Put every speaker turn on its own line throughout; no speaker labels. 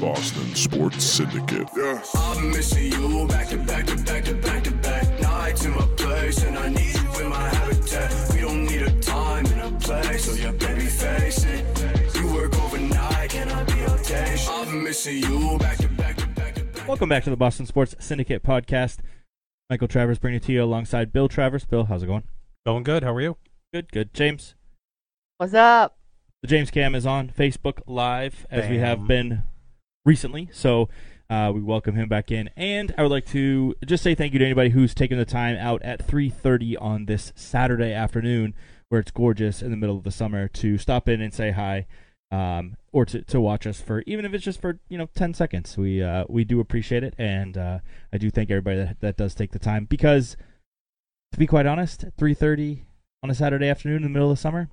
Boston Sports Syndicate.
Yes.
I'm missing you back to back to back to back to back. Nights in my place, and I need you in my habitat. We don't need a time and a place, so yeah, baby, face it. You work overnight, can I be your patient? I'm missing you back to back to back to back.
Welcome back to the Boston Sports Syndicate podcast. Michael Travers bringing it to you alongside Bill Travers. Bill, how's it going?
Going good. How are you?
Good, good. James,
What's up?
the James Cam is on Facebook Live as we have
Bam.
been recently. So uh, we welcome him back in, and I would like to just say thank you to anybody who's taken the time out at 3:30 on this Saturday afternoon, where it's gorgeous in the middle of the summer, to stop in and say hi, um, or to, to watch us for even if it's just for you know 10 seconds. We uh, we do appreciate it, and uh, I do thank everybody that that does take the time because, to be quite honest, 3:30 on a Saturday afternoon in the middle of the summer.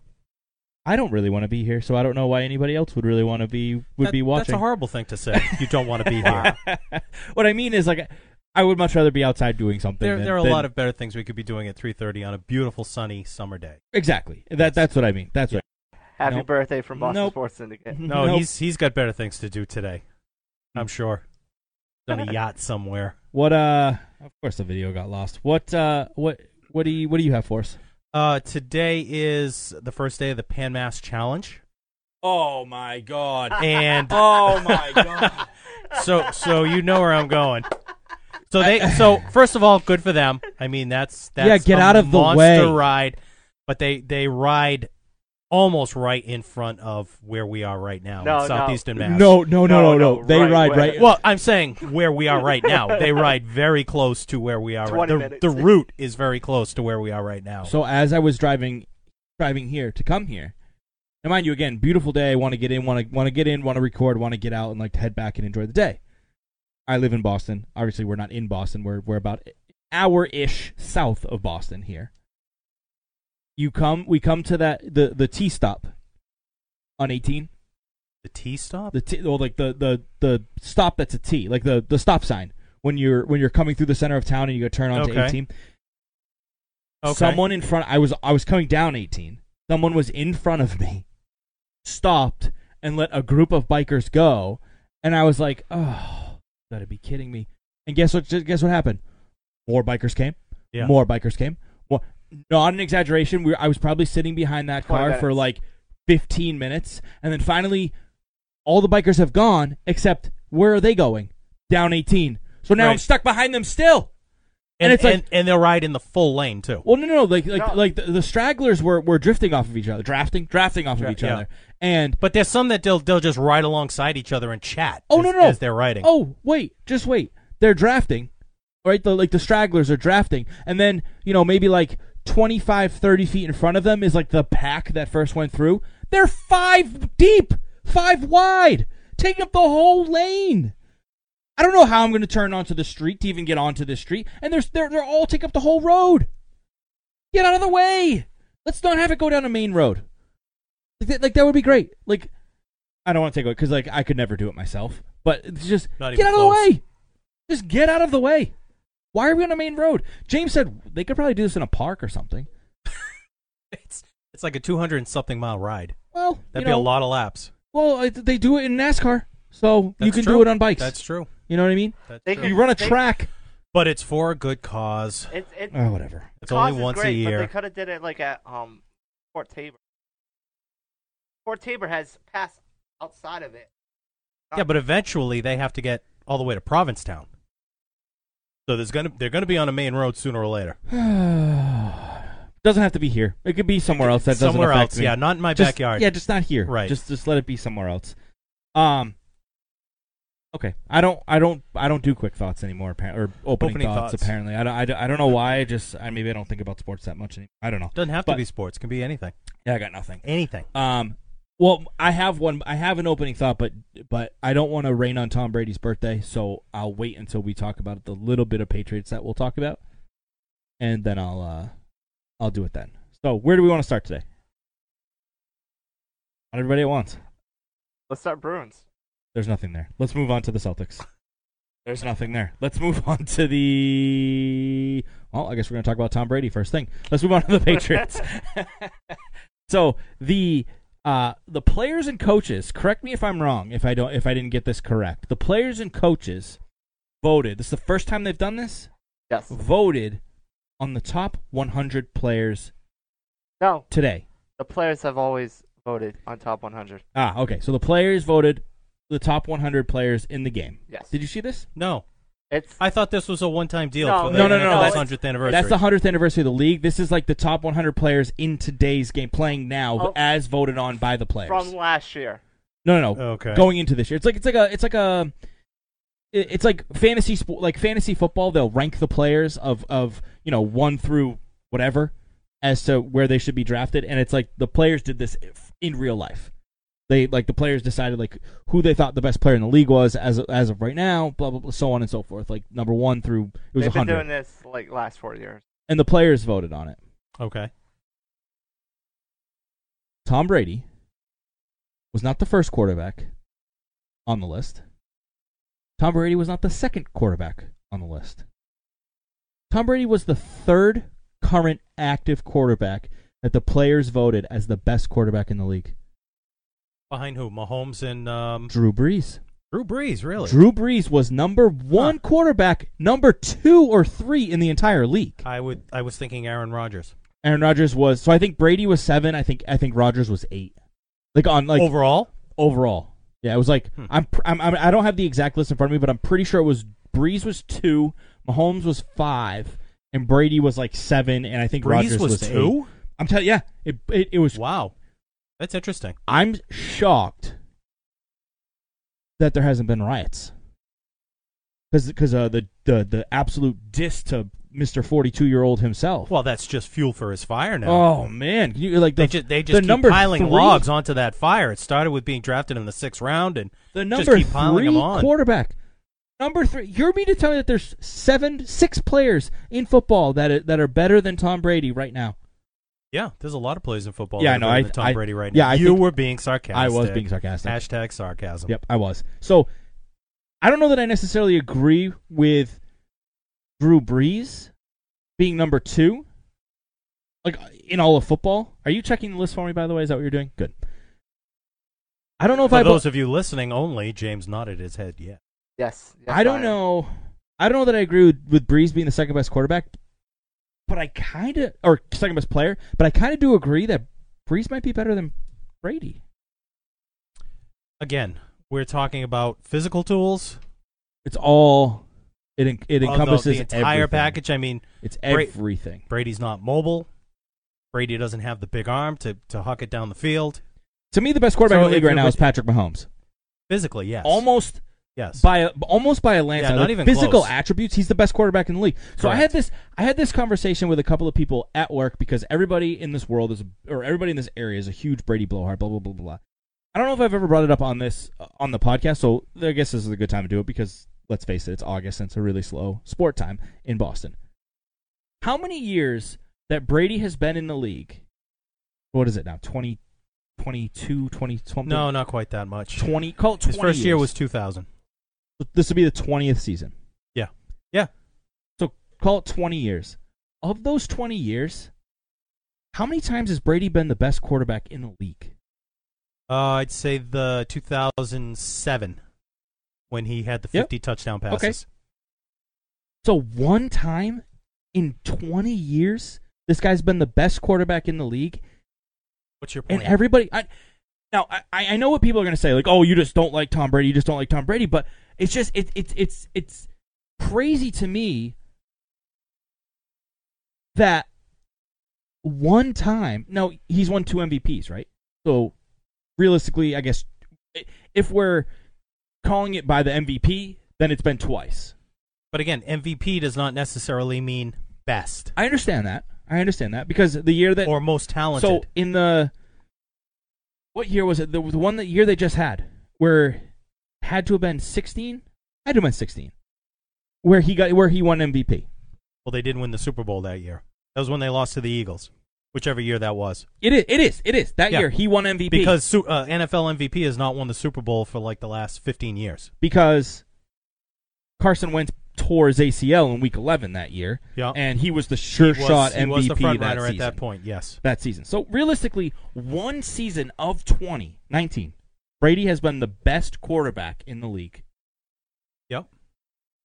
I don't really want to be here, so I don't know why anybody else would really want to be would
That-
be watching.
That's a horrible thing to say. You don't want to be here.
what I mean is like I would much rather be outside doing something.
there,
than-
there are a
than-
lot of better things we could be doing at 3:30 on a beautiful sunny summer day.
exactly that. That's what I mean. That's what.
Happy
Nope.
birthday from Boston
Nope.
Sports Syndicate.
No,
Nope.
he's he's got better things to do today. I'm sure. On a yacht somewhere.
what. Uh, of course the video got lost. What? Uh, what? What do you? What do you have for us?
Uh, today is the first day of the Pan Mass Challenge,
Oh my god!
and
Oh my god!
so so you know where I'm going. So they so first of all, good for them. I mean that's that's
Yeah, get
a
out of the
monster
way.
ride, but they they ride almost right in front of where we are right now,
No,
in
no.
southeastern Mass.
No, no, no, no,
No,
no!
no,
They
right
ride
way.
right.
Well, I'm saying where we are right now. They ride very close to where we are. Right.
20
The,
minutes.
the route is very close to where we are right now.
So as I was driving, driving here to come here, and mind you, again, beautiful day. Want to get in. Want to want to get in. Want to record. Want to get out and like head back and enjoy the day. I live in Boston. Obviously, we're not in Boston. We're we're about an hour ish south of Boston here. You come. We come to that the the T stop on 18.
the T stop.
The T, well, like the the the stop that's a T, like the the stop sign when you're when you're coming through the center of town and you go turn onto
Okay.
18. Someone in front. I was I was coming down 18. Someone was in front of me, stopped and let a group of bikers go, and I was like, "Oh, gotta be kidding me!" And guess what? Guess what happened? More bikers came.
Yeah.
More bikers came. More. Not an exaggeration. We were, I was probably sitting behind that
20
car for
minutes.
like 15 minutes, and then finally, all the bikers have gone except where are they going? Down 18. So now I'm
Right.
stuck behind them still.
and,
and it's like-
and, and they'll ride in the full lane too.
Well, no, no, no. Like, like,
No.
like the, the stragglers were, were drifting off of each other, drafting, drafting off of
Dra-
each
yeah.
other, and
But there's some that they'll they'll just ride alongside each other and chat.
oh
as,
no, no, no.
as they're riding.
Oh wait, just wait. They're drafting, right? The like the stragglers are drafting, and then you know maybe like 25, 30 feet in front of them is like the pack that first went through. They're five deep, five wide, taking up the whole lane. I don't know how I'm going to turn onto the street to even get onto the street, and they're they're they're all taking up the whole road. Get out of the way. Let's not have it go down a main road. Like that, like that would be great. Like I don't want to take away because like I could never do it myself. But it's just
Not
get
even
out
close.
of the way. Just get out of the way. Why are we on a main road? James said they could probably do this in a park or something.
It's it's like a 200 and something mile ride.
Well,
That'd
you know,
be a lot of laps.
Well, I- they do it in NASCAR, so you
That's
can
true.
do it on bikes.
That's true.
you know what I mean?
That's
They
true.
could-
You run a
They-
track.
But it's for a good cause.
It's it's
Oh, whatever.
It's
cause
only
is
once
great,
a year.
But they could have did it like at um Fort Tabor. Fort Tabor has passed outside of it.
Yeah, but eventually they have to get all the way to Provincetown. So there's gonna they're gonna be on a main road sooner or later.
doesn't have to be here. It could be somewhere else. That
somewhere
doesn't affect
else,
me.
yeah, not in my
Just-
backyard.
Yeah, just not here.
Right.
Just just let it be somewhere else. Um. Okay, I don't, I don't, I don't do quick thoughts anymore. Apparently, or opening,
Opening
thoughts,
thoughts.
Apparently, I don't, I don't, I don't know why. I just, I maybe I don't think about sports that much anymore. I don't know.
Doesn't have
But-
to be sports. Can be anything.
Yeah, I got nothing.
Anything.
Um. Well, I have one. I have an opening thought, but but I don't want to rain on Tom Brady's birthday, so I'll wait until we talk about the little bit of Patriots that we'll talk about, and then I'll uh, I'll do it then. So where do we want to start today? Not everybody at once.
Let's start Bruins.
There's nothing there. Let's move on to the Celtics. There's nothing there. Let's move on to the. Well, I guess we're going to talk about Tom Brady first thing. Let's move on to the Patriots. so the uh, the players and coaches. Correct me if I'm wrong. If I don't, if I didn't get this correct, the players and coaches voted. This is the first time they've done this.
Yes.
Voted on the top 100 players
No,
today.
the players have always voted on top 100.
Ah, okay. So the players voted the top 100 players in the game.
Yes.
Did you see this?
No,
It's
I thought this was a one-time deal
No,
for the
No, no, no, no,
NFL's
that's-
100th anniversary.
That's the 100th anniversary of the league. This is like the top 100 players in today's game playing now
Oh.
as voted on by the players.
from last year.
No, no, no.
Okay.
Going into this year, it's like it's like a it's like a it- it's like fantasy sport, like fantasy football. They'll rank the players of of you know one through whatever as to where they should be drafted, and it's like the players did this if- in real life. They like the players decided like who they thought the best player in the league was as as of right now, blah blah blah, so on and so forth. Like number one through it was
They've been doing
hundred,
this like last four years.
and the players voted on it.
okay.
Tom Brady was not the first quarterback on the list. Tom Brady was not the second quarterback on the list. Tom Brady was the third current active quarterback that the players voted as the best quarterback in the league.
Behind who? Mahomes and um,
Drew Brees.
Drew Brees, really?
Drew Brees was number one quarterback, number two or three in the entire league.
I would. I was thinking Aaron Rodgers
Aaron Rodgers was so I think Brady was seven. I think I think Rodgers was eight. Like on like
overall.
overall. Yeah, it was like
Hmm.
I'm, pr- I'm, I'm I don't have the exact list in front of me, but I'm pretty sure it was Breeze was two, Mahomes was five, and Brady was like seven, and I think
Brees
Rodgers
was,
eight.
two.
I'm telling yeah, it, it it was.
Wow, that's interesting.
I'm shocked that there hasn't been riots because uh, the the the absolute diss to Mister 42 year old himself.
Well, that's just fuel for his fire now.
Oh man, Can you, like the,
they just they
the
just keep
number
piling
three-
logs onto that fire. It started with being drafted in the sixth round, and
The
Just
number
keep piling
three
them on.
quarterback. Number three. You're mean to tell me that there's seven, six players in football that are, that are better than Tom Brady right now?
yeah, there's a lot of plays in football.
Yeah,
that
I know. I-
are better than Tom
I-
Brady right
yeah,
now.
I
you
think-
were being sarcastic.
I was being sarcastic.
Hashtag sarcasm.
Yep, I was. So I don't know that I necessarily agree with Drew Brees being number two, like in all of football. Are you checking the list for me? By the way, is that what you're doing? Good. I don't know if
For
I.
those of you listening only, James nodded his head. Yeah.
Yes. yes,
I don't know. I don't know that I agree with, with Breeze being the second best quarterback, but I kind of or second best player, but I kind of do agree that Breeze might be better than Brady.
Again, we're talking about physical tools.
It's all it en- it
of the-
encompasses
the entire
everything.
package. I mean,
It's
Bra-
everything.
Brady's not mobile. Brady doesn't have the big arm to, to huck it down the field.
To me, the best quarterback
So
in the league
if
right now
you're-
is Patrick Mahomes.
Physically, yes.
Almost
Yes.
by a, almost by a landslide.
not
Like,
even
physical
close.
attributes. He's the best quarterback in the league. So I
Correct.
had this I had this conversation with a couple of people at work because everybody in this world is or everybody in this area is a huge Brady blowhard. Blah blah blah blah. blah. I don't know if I've ever brought it up on this uh, on the podcast, so I guess this is a good time to do it because let's face it, it's August and it's a really slow sport time in Boston. How many years that Brady has been in the league? What is it now? 20, 22, 20, something?
no, not quite that much.
20 call it 20
His first year
years.
was 2000.
this would be the 20th season
Yeah. Yeah.
so call it 20 years of those 20 years how many times has brady been the best quarterback in the league
Uh, I'd say the 2007 when he had the
Yep.
50 touchdown
Okay.
passes.
so one time in 20 years this guy's been the best quarterback in the league
What's your
and
point?
everybody I, now I, I know what people are going to say like oh you just don't like tom brady you just don't like tom brady but it's just it, it's it's it's crazy to me that one time no he's won two mvps right so realistically i guess i- if we're calling it by the mvp then it's been twice
but again, MVP does not necessarily mean best
i understand that i understand that because the year that
or most talented.
So in the what year was it? The, the one that year they just had, where had to have been sixteen. Had to have been sixteen, where he got where he won MVP.
well, they did win the Super Bowl that year. That was when they lost to the Eagles, whichever year that was.
It is. It is. It is that
Yeah.
year he won MVP
Because su- uh, NFL MVP has not won the Super Bowl for like the last 15 years.
because Carson Wentz tore his ACL in week 11 that year.
Yeah.
And he was the sure
He was-
shot
he
MVP
was the front
that
runner
season.
at that point. Yes.
That season. So realistically, one season of 20, 19, Brady has been the best quarterback in the league.
Yep.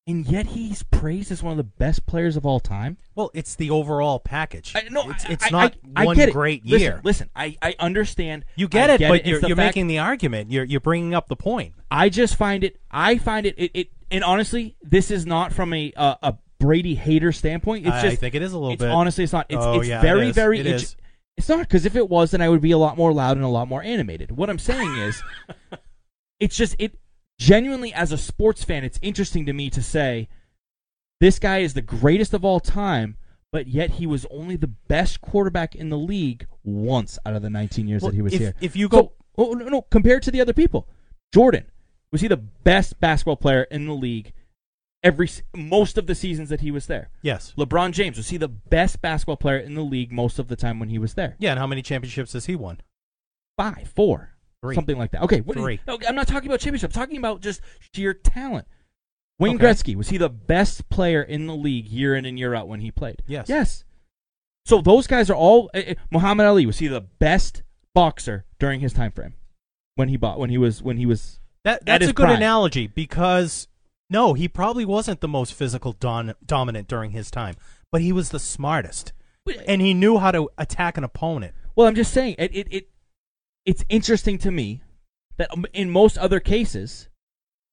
And yet he's praised as one of the best players of all time.
Well, it's the overall package.
I, no,
it's,
I-
it's
I-
not
I, I
one
get it.
great
Listen,
year.
Listen, I, I understand.
you get
I
it, but
It's
you're,
the
you're
fact-
making the argument. You're you're bringing up the point.
I just find it. I find it. It. it and honestly, this is not from a a, a Brady hater standpoint. It's
I
just
think it is a little
it's
bit.
Honestly, it's not. It's,
Oh,
it's
yeah, it
very
is.
very.
It
it's-
is.
It's not because if it was, then I would be a lot more loud and a lot more animated. What I'm saying is, it's just it. Genuinely, as a sports fan, it's interesting to me to say this guy is the greatest of all time, but yet he was only the best quarterback in the league once out of the 19 years
Well,
that he was
if-
here.
if you
So-
go-
oh no, no, compared to the other people, Jordan was he the best basketball player in the league every s- most of the seasons that he was there?
yes.
LeBron James was he the best basketball player in the league most of the time when he was there?
Yeah. And how many championships has he won?
Five, four,
Three.
something like that. Okay, what do you-
Three.
no, I'm not talking about championship. I'm talking about just sheer talent. Wayne
Okay.
Gretzky was he the best player in the league year in and year out when he played?
Yes.
Yes. So those guys are all. eh, eh, Muhammad Ali was he the best boxer during his time frame when he bought when he was when he was
That
That
that's
is
a good
prime.
analogy because no, he probably wasn't the most physical don- dominant during his time, but he was the smartest, and he knew how to attack an opponent.
Well, I'm just saying it. It, it it's interesting to me that um, in most other cases,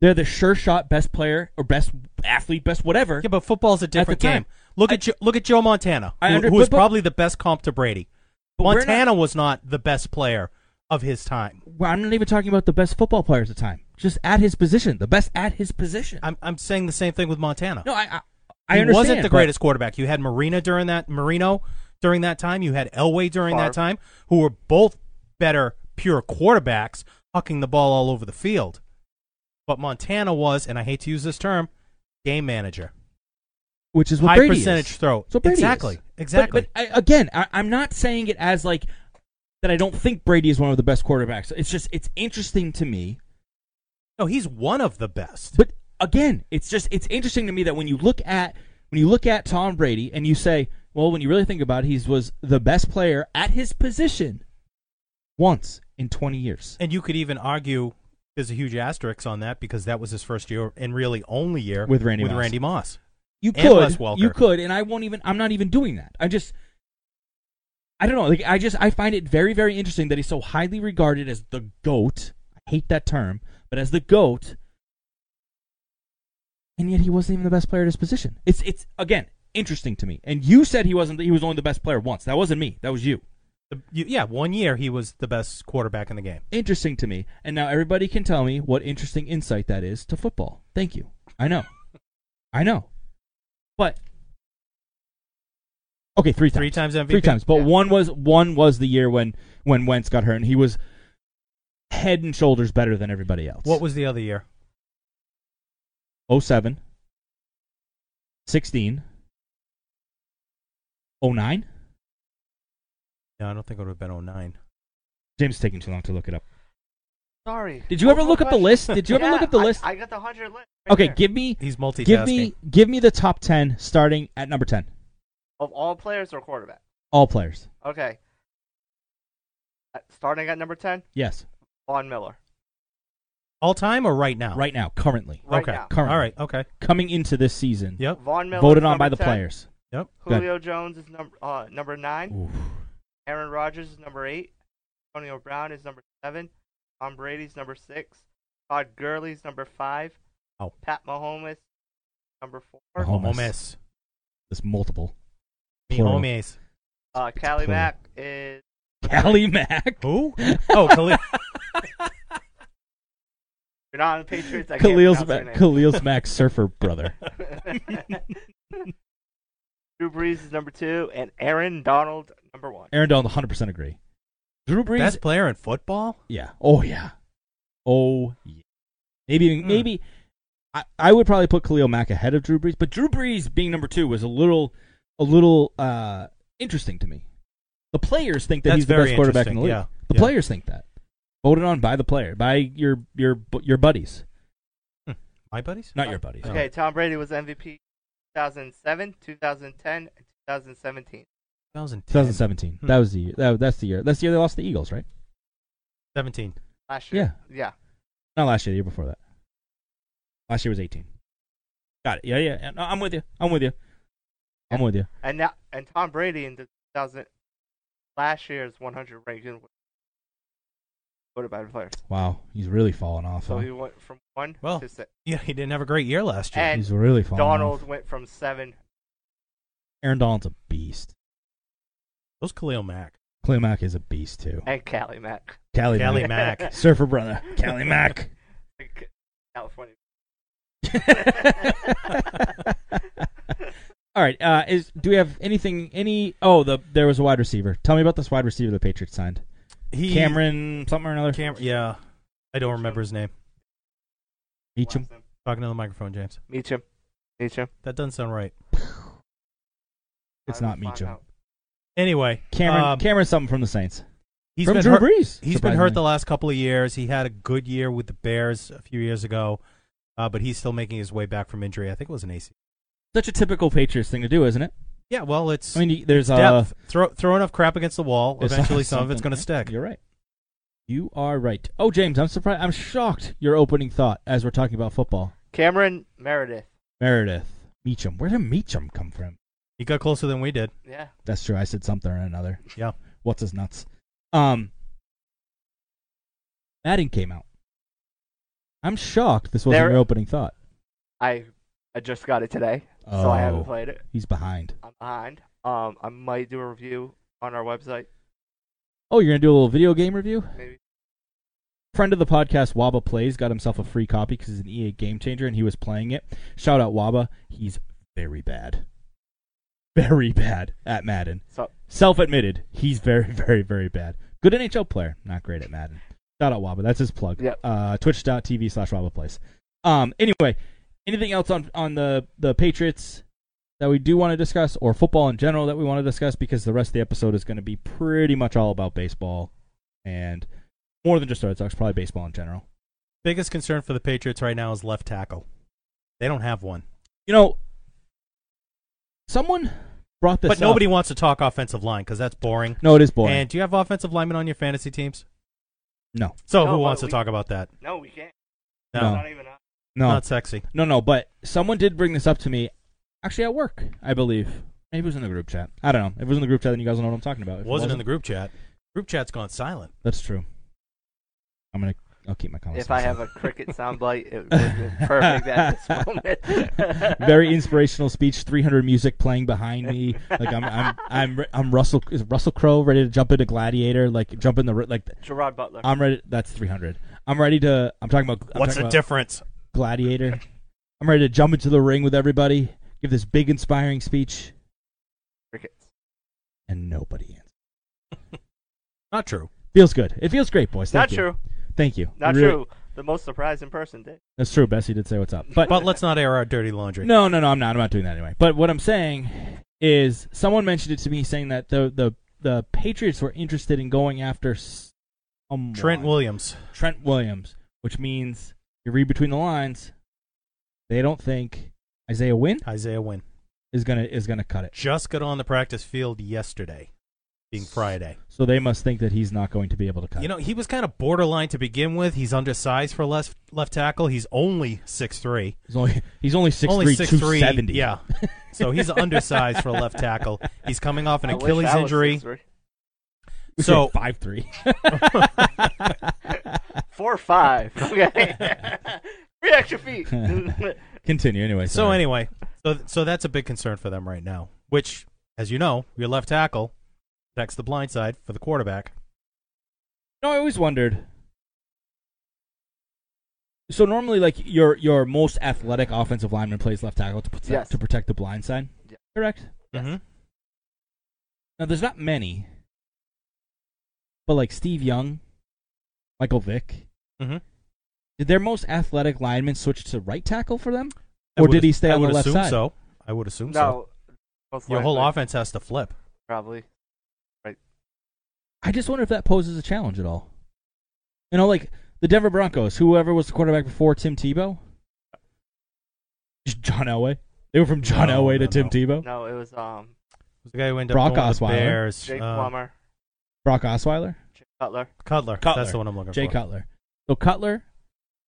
they're the sure shot best player or best athlete, best whatever.
Yeah, but football's a different
time.
game. Look at jo- look at Joe Montana,
I
who-
under-
who was
but- but-
probably the best comp to Brady.
But we're not-
Montana was not the best player of his time.
Well, I'm not even talking about the best football players at the time. Just at his position, the best at his position.
I'm I'm saying the same thing with Montana.
no, I I, I
he
understand.
wasn't the
but-
greatest quarterback. You had Marina during that Marino during that time. You had Elway during
Favre.
that time, who were both better pure quarterbacks, hucking the ball all over the field. But Montana was, and I hate to use this term, game manager,
which is what
high
Brady
percentage
is.
throw.
So Brady is.
Exactly,
But-
exactly.
But, I, again, I, I'm not saying it as like that. I don't think Brady is one of the best quarterbacks. It's just it's interesting to me
no, he's one of the best.
But again, it's just it's interesting to me that when you look at when you look at Tom Brady and you say, well, when you really think about it, he was the best player at his position once in 20 years.
and you could even argue there's a huge asterisk on that because that was his first year and really only year
With Randy
with
Moss.
Randy Moss.
You
And
could,
Les Welker.
you could, and I won't even. I'm not even doing that. I just, I don't know. Like I just, I find it very, very interesting that he's so highly regarded as the goat. I hate that term, but as the goat, and yet he wasn't even the best player at his position. It's, it's again interesting to me. And you said he wasn't. He was only the best player once. That wasn't me. That was you.
The- you- Yeah, one year he was the best quarterback in the game.
Interesting to me. And now everybody can tell me what interesting insight that is to football. Thank you. I know. I know. But okay, three times.
Three times MVP.
three times. But
Yeah.
one was one was the year when when Wentz got hurt, and he was head and shoulders better than everybody else.
What was the other year?
07, 16, 09?
No, I don't think it would have been 09.
James is taking too long to look it up.
Sorry.
Did you ever
One
look up the
question.
list? Did you ever
Yeah,
look up the
I-
list?
I, got the hundred list. right
okay,
there.
give me
He's multitasking.
give me give me the top ten starting at number ten.
of all players or quarterback.
All players.
Okay. Uh, Starting at number ten,
Yes.
Von Miller.
All time or right now?
Right now, currently.
Right
okay.
now.
Currently.
All right. Okay.
Coming into this season.
Yep.
Von Miller.
Oh, Voted
is
on by
number
the
10.
players.
Yep.
Go ahead.
Julio Jones is number uh, number nine.
Oof.
Aaron Rodgers is number eight. Antonio Brown is number seven. Tom Brady's number six. Todd Gurley's number five.
Oh.
Pat Mahomes number four.
Mahomes.
Mahomes.
There's multiple. Plural.
Mahomes.
Uh, Callie
Cool.
Mack is
Callie Mack.
Who? Oh, Khalil.
you're not on the Patriots. I
Khalil's
can't
Mac,
pronounce your
Khalil's Mac surfer brother.
name. Drew Brees is number two, and Aaron Donald number one.
Aaron Donald, 100 percent agree. Drew Brees,
Best player in football?
yeah. Oh yeah. Oh yeah. Maybe
Hmm.
maybe I, I would probably put Khalil Mack ahead of Drew Brees, but Drew Brees being number two was a little a little uh, interesting to me. The players think that
That's
he's the
very
best quarterback in the
interesting,
league.
yeah,
The
yeah.
players think that. Voted on by the player, by your your your buddies.
My buddies?
Not your buddies.
Okay, Tom Brady was MVP 2007, 2010, and 2017.
2010.
2017.
Hmm.
That was the year. That, that's the year. That's the year they lost to the Eagles, right?
17.
Last year. Yeah.
Not last year. The year before that. Last year was 18. Got it. Yeah, yeah. yeah. No, I'm with you. I'm with you. I'm with you.
And now, and Tom Brady in the 2000 last year's 100 ranking was quarterback players.
Wow, he's really falling off.
So
huh?
he went from one
Well,
to six.
Yeah, he didn't have a great year last year.
And
He's really falling
Donald
off.
went from seven.
Aaron Donald's a beast.
Those Khalil Mack.
Clay Mack is a beast too.
And Cali Mack,
Callie,
Cali
Mack.
Mack.
surfer brother, Callie Mack.
Like, California.
All right. Uh, is do we have anything? Any? Oh, the there was a wide receiver. Tell me about this wide receiver the Patriots signed.
He,
Cameron something or another.
Cam, yeah. I don't remember his name.
Meacham.
Talking to the microphone, James.
Meacham. Meacham.
That doesn't sound right.
It's
I will
not
find
Meacham.
out.
Anyway,
Cameron.
um,
Cameron something from the Saints.
he's
from
been
Drew
hurt.
Brees.
He's been hurt the last couple of years. He had a good year with the Bears a few years ago, uh, but he's still making his way back from injury. I think it was an AC.
Such a typical Patriots thing to do, isn't it?
Yeah, well, it's
I mean, you- there's uh,
depth. throw throw enough crap against the wall.
there's
Eventually, some of it's
something-
going to stick.
You're right. You are right. Oh, James, I'm surprised. I'm shocked. Your opening thought as we're talking about football.
Cameron Meredith.
Meredith Meacham. Where did Meacham come from?
He got closer than we did.
Yeah.
That's true. I said something or another.
Yeah.
What's his nuts? Um, Madden came out. I'm shocked this wasn't
There-
your opening thought.
I I just got it today, so I
Oh.
haven't played it.
He's behind.
I'm behind. Um, I might do a review on our website.
Oh, you're gonna do a little video game review?
Maybe.
Friend of the podcast, Waba Plays, got himself a free copy because he's an EA game changer and he was playing it. Shout out Waba. He's very bad. Very bad at Madden.
So
Self admitted, he's very, very, very bad. Good NHL player, not great at Madden. Shout out Waba, that's his plug.
Yep.
Uh, Twitch.tv slash Waba Plays. Um, anyway, anything else on on the the Patriots that we do want to discuss, or football in general that we want to discuss, because the rest of the episode is going to be pretty much all about baseball and more than just Red Sox, probably baseball in general.
Biggest concern for the Patriots right now is left tackle. They don't have one,
You know, someone brought this
but
up.
nobody wants to talk offensive line because that's boring.
No, it is boring.
And do you have offensive linemen on your fantasy teams?
no,
So
No,
who
but
wants to
we-
talk about that?
no, we can't.
No,
No.
It's not even. on.
no,
not sexy.
No, no, but someone did bring this up to me, actually at work, I believe. Maybe it was in the group chat. I don't know. If it was in the group chat, then you guys will know what I'm talking about. If
Wasn't, wasn't in the group chat. Group chat's gone silent.
That's true. I'm gonna. I'll keep my comments.
If I have a cricket sound bite, it would have been perfect at this moment.
Very inspirational speech. 300 music playing behind me. Like I'm, I'm, I'm, re- I'm Russell. Is Russell Crowe ready to jump into Gladiator? Like jump in the re- like.
Gerard Butler.
I'm ready. That's 300. I'm ready to. I'm talking about. I'm
What's
talking
the
about
difference?
Gladiator. I'm ready to jump into the ring with everybody. Give this big inspiring speech,
Crickets.
and nobody answers.
Not true.
Feels good. It feels great, boys. Thank
Not
you.
true.
Thank you.
Not
It really-
true. The most surprising person did.
That's true. Bessie did say what's up, but,
But let's not air our dirty laundry.
no, no, no. I'm not. I'm not doing that anyway. But what I'm saying is, someone mentioned it to me, saying that the the the Patriots were interested in going after s- someone.
Trent Williams.
Trent Williams, which means you read between the lines. They don't think Isaiah Wynn
Isaiah Wynn.
is gonna is gonna cut it.
Just got on the practice field yesterday, being Friday.
So they must think that he's not going to be able to cut.
You
it.
know, he was kind of borderline to begin with. He's undersized for left left tackle. He's only 6'3".
he's only he's only six
only
three
six
two seventy.
Yeah. So he's undersized for left tackle. He's coming off an
I wish
Achilles
I was
injury.
6'3".
So-
five three.
Four or five. Okay. Three extra feet.
Continue anyway.
So
sorry.
anyway, so so that's a big concern for them right now. Which, as you know, your left tackle protects the blind side for the quarterback.
No, I always wondered. So normally, like your your most athletic offensive lineman plays left tackle to protect,
Yes.
to protect the blind side.
Yeah.
Correct.
Mm-hmm.
Now there's not many, but like Steve Young, Michael Vick,
Mm-hmm.
did their most athletic lineman switch to right tackle for them, or did he stay
I
on
would
the left
assume
side?
So I would assume so.
no. most
Your whole
likely,
offense has to flip.
Probably.
I just wonder if that poses a challenge at all. You know, like the Denver Broncos, whoever was the quarterback before Tim Tebow, John Elway. They were from John
No,
Elway
no,
to Tim
no.
Tebow.
No, it was um
Who's the guy who ended
Brock
up going to the
Osweiler.
Bears?
Jake
Uh,
Plummer,
Brock Osweiler,
Jay Cutler.
Cutler.
Cutler.
That's the one I'm looking
Jay
for.
Cutler. So Cutler,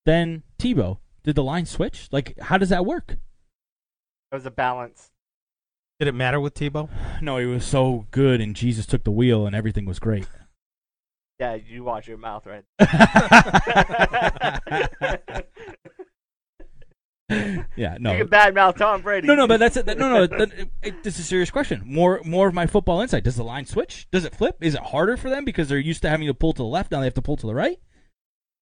then Tebow. Did the line switch? Like, how does that work?
It was a balance.
Did it matter with Tebow?
No, he was so good, and Jesus took the wheel, and everything was great.
Yeah, you watch your mouth right.
yeah,
You
no,
can badmouth Tom Brady.
no, no, but that's it. That, no, no, that, it, it- this is a serious question. More, more of my football insight. Does the line switch? Does it flip? Is it harder for them because they're used to having to pull to the left now they have to pull to the right?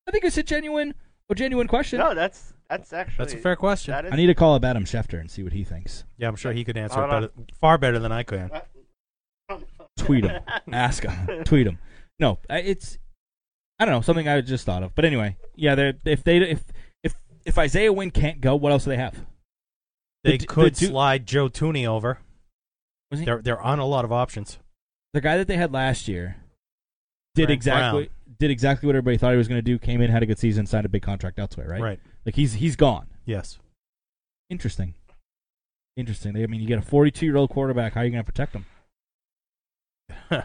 I think it's a genuine, a genuine question.
No, that's that's actually
That's a fair question.
That is,
I need to call up Adam Schefter and see what he thinks.
Yeah, I'm sure he could answer it
Hold on. Uh,
better, far better than I can.
Tweet him, ask him, tweet him. No, I- it's I don't know something I just thought of. But anyway, yeah, they're if they if if if Isaiah Wynn can't go, what else do they have?
They
The d-
could
the du-
slide Joe Tooney over.
Was he-
There, there aren't a lot of options.
the guy that they had last year did
Frank
exactly did exactly what everybody thought he was going to do. Came in, had a good season, signed a big contract elsewhere. Right. Like he's he's gone.
Yes.
Interesting. Interesting. They- I mean, you get a 42 year old quarterback. How are you going to protect him?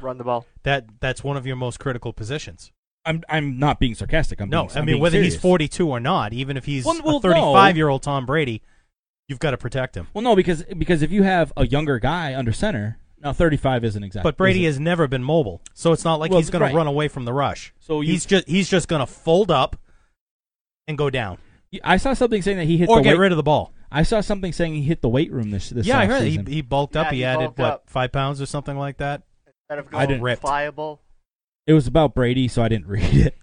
Run the ball.
That that's one of your most critical positions.
I'm I'm not being sarcastic. I'm
no,
being-
I
I'm
mean
being
whether he's
serious.
42 or not, even if he's
Well, well, no.
a 35 year old Tom Brady, you've got to protect him.
Well, no, because because if you have a younger guy under center, now 35 isn't exactly.
But Brady has never been mobile, so it's not like
Well,
he's going
right.
to run away from the rush.
So you-
he's just he's just going to fold up and go down
I saw something saying that he hit
or
the
get
weight,
rid of the ball.
I saw something saying he hit the weight room this this
yeah, I heard
offseason.
he, he bulked up.
Yeah,
He,
he
added
bulked
what
up.
five pounds or something like that.
Instead of
I
going
didn't-
pliable.
it was about Brady, so I didn't read it.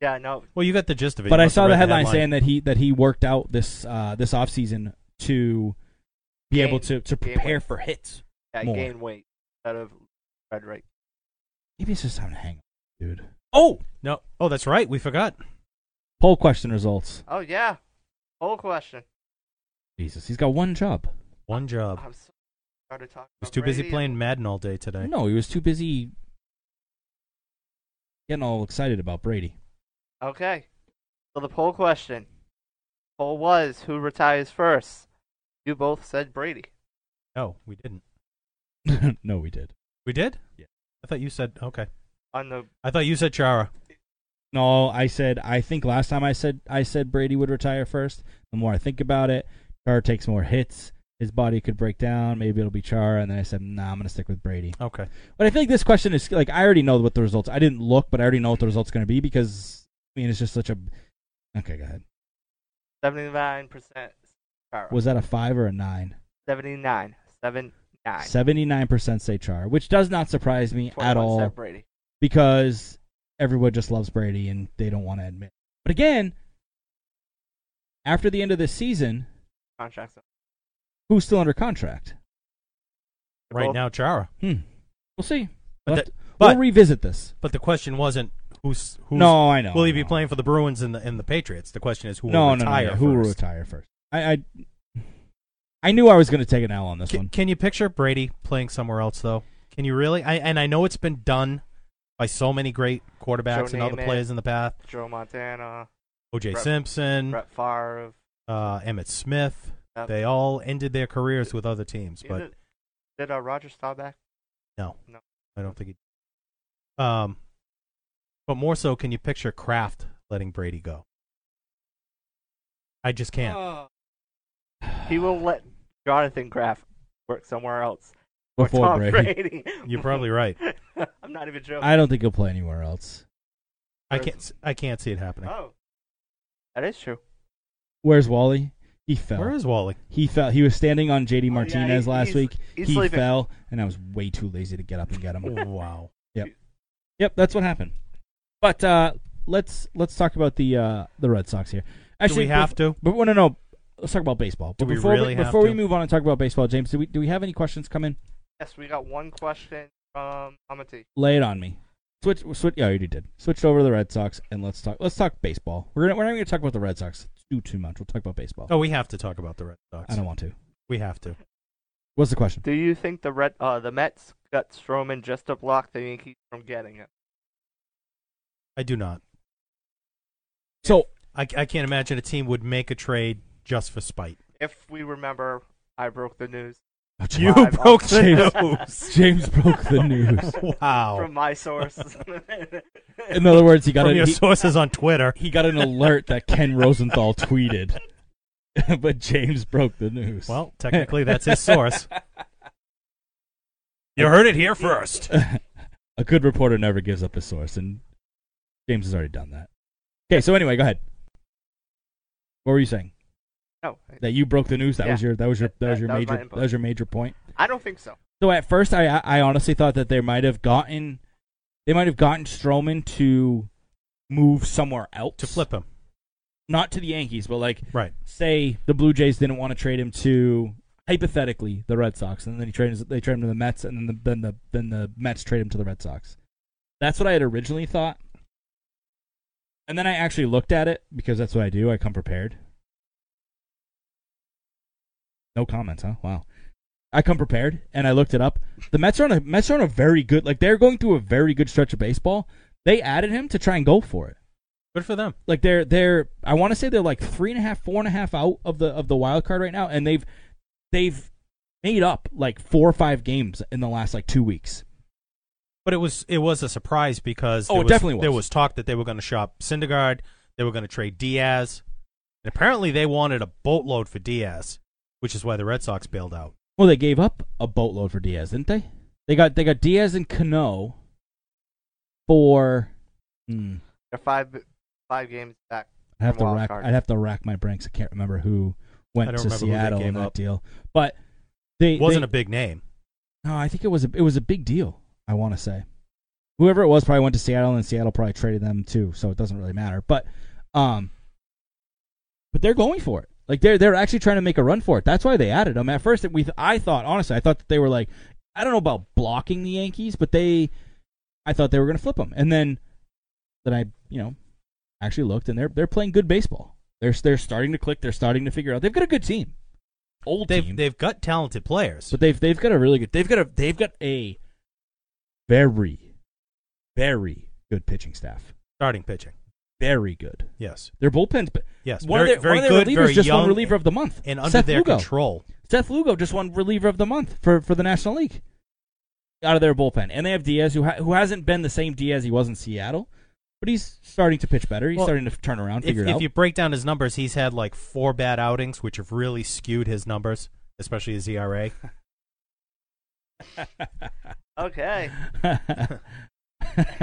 Yeah, no.
Well, you got the gist of it.
but
You
I
must
saw
have
the
read
headline, saying that he that he worked out this uh, this off season to be
Gain-
able to, to
gain
prepare
weight.
for hits.
Yeah,
More.
gain weight instead of rhetoric.
Maybe it's just time to hang, up, dude. Oh,
No. Oh, that's right. We forgot.
poll question results.
Oh yeah. Whole question.
Jesus, he's got one job.
One job.
I'm so started talking.
He's
about
too busy
Uh, Brady.
playing Madden all day today.
No, he was too busy getting all excited about Brady.
Okay. So the poll question. Poll was who retires first. You both said Brady.
No, we didn't.
no, we did.
We did?
Yeah.
I thought you said okay.
On the
I thought you said Chara.
No, I said I think last time I said I said Brady would retire first. The more I think about it, Char takes more hits. His body could break down. Maybe it'll be Char. And then I said, Nah, I'm gonna stick with Brady.
Okay.
But I feel like this question is like I already know what the results. I didn't look, but I already know what the results going to be because I mean it's just such a. Okay, go ahead.
seventy nine percent Chara.
Was that a five or a nine?
seventy nine. Seven nine.
Seventy nine percent say Char, which does not surprise me at
21
all
said Brady.
because everyone just loves Brady and they don't want to admit. But again, after the end of this season,
Contracts.
who's still under contract?
Right
Well-
now Chara.
Hmm. We'll see.
But
We'll have
that-
to-
but-
we'll revisit this.
But the question wasn't who's who's
No, I know,
Will he
I
be
know.
playing for the Bruins and the and the Patriots? The question is who
No,
will
no, no,
retire
no, Who will
first.
retire first? I, I, I knew I was going to take an L on this
Can,
one.
can you picture Brady playing somewhere else though? Can you really? I and I know it's been done by so many great quarterbacks
Joe
and other
Namath.
players in the path.
Joe Montana,
O.J.
Brett-
Hmm.
Simpson,
Brett Favre.
uh, Emmett Smith.
Yep.
They all ended their careers with other teams, but
Did, did uh, Roger Staubach?
No.
No.
I don't think he. Um, but more so, can you picture Kraft letting Brady go? I just can't.
Uh. He will let Jonathan Kraft work somewhere else. Or
before
Tom
Brady.
Brady.
You're probably right.
I'm not even joking.
I don't think he'll play anywhere else.
I can't. s- I can't see it happening.
Oh, that is true.
Where's Wally? He fell.
Where is Oh, Wally?
he fell. He was standing on JD
yeah,
Martinez
he-
last
he's-
week.
he's
he
sleeping.
fell, and I was way too lazy to get up and get him.
wow.
yep, that's what happened. But uh, let's let's talk about the uh, the Red Sox here. Actually,
have
bef-
to?
But no, no. Let's talk about baseball.
Do
but
we
before
really have
before we
to?
move on and talk about baseball, James, do we do we have any questions come in?
Yes, we got one question from Amity.
lay it on me. Switch, switch. Yeah, you already did. Switched over to the Red Sox, and let's talk. Let's talk baseball. We're gonna, we're not going to talk about the Red Sox too too much. We'll talk about baseball.
Oh, we have to talk about the Red Sox.
I don't want to.
We have to.
What's the question?
Do you think the Red, uh, the Mets got Stroman just to block the Yankees from getting him?
I do not.
So
I, I can't imagine a team would make a trade just for spite.
if we remember, I broke the news
You
Live
broke
on-
the news.
James broke the news.
wow.
Oh.
from my source.
In other words, he got
From
a,
your
he,
sources on Twitter.
he got an alert that Ken Rosenthal tweeted, but James broke the news.
Well, technically, that's his source. You heard it here first.
a good reporter never gives up his source, and James has already done that. Okay, so anyway, go ahead. What were you saying?
no,
That you broke the news. That
Yeah.
was your. That was your. That was your
That was my
major.
input.
that was your major point.
I don't think so.
So at first, I I honestly thought that they might have gotten, they might have gotten Strowman to move somewhere else
to flip him.
not to the Yankees, but like
Right.
say the Blue Jays didn't want to trade him to hypothetically the Red Sox, and then he trades they trade him to the Mets, and then the then the then the Mets trade him to the Red Sox. That's what I had originally thought, and then I actually looked at it because that's what I do. I come prepared. No comments, huh? Wow. I come prepared and I looked it up. The Mets are on a Mets are on a very good like they're going through a very good stretch of baseball. They added him to try and go for it
Good for them.
like they're they're I want to say they're like three and a half, four and a half out of the of the wild card right now, and they've they've made up like four or five games in the last like two weeks.
But it was it was a surprise because
Oh,
there
it definitely was.
there was talk that they were going to shop Syndergaard, they were going to trade Diaz, and apparently they wanted a boatload for Diaz, which is why the Red Sox bailed out.
Well, they gave up a boatload for Diaz, didn't they? They got they got Diaz and Cano for. Hmm,
They're five five games back.
I have
From
to
wild
rack.
card.
I'd have to rack my brains. I can't remember who
I
went
don't
to
remember who they
Seattle in
gave
that
up.
deal, but they
It wasn't
they-
a big name.
No, I think it was a it was a big deal. I want to say, whoever it was probably went to Seattle, and Seattle probably traded them too. So it doesn't really matter. But, um, but they're going for it. Like they're they're actually trying to make a run for it. That's why they added them. At first, it, we I thought honestly, I thought that they were like, I don't know about blocking the Yankees, but they, I thought they were going to flip them. And then, then I you know, actually looked, and they're they're playing good baseball. They're they're starting to click. They're starting to figure out. They've got a good team. Old
They've
team.
they've got talented players.
But they've they've got a really good they've got a they've got a very very good pitching staff.
starting pitching,
Very good.
yes,
Their bullpens, but
yes,
one
very,
of their,
very
one of their
good,
relievers
very
just won
young
reliever of the month.
and under
Seth
their
Lugo.
control.
Seth Lugo just won reliever of the month for, for the National League out of their bullpen, and they have Diaz who ha- who hasn't been the same Diaz he was in Seattle, but he's starting to pitch better. He's
Well,
starting to turn around,
If,
figure it
if
out.
you break down his numbers, he's had like four bad outings, which have really skewed his numbers, especially his E ERA.
Okay,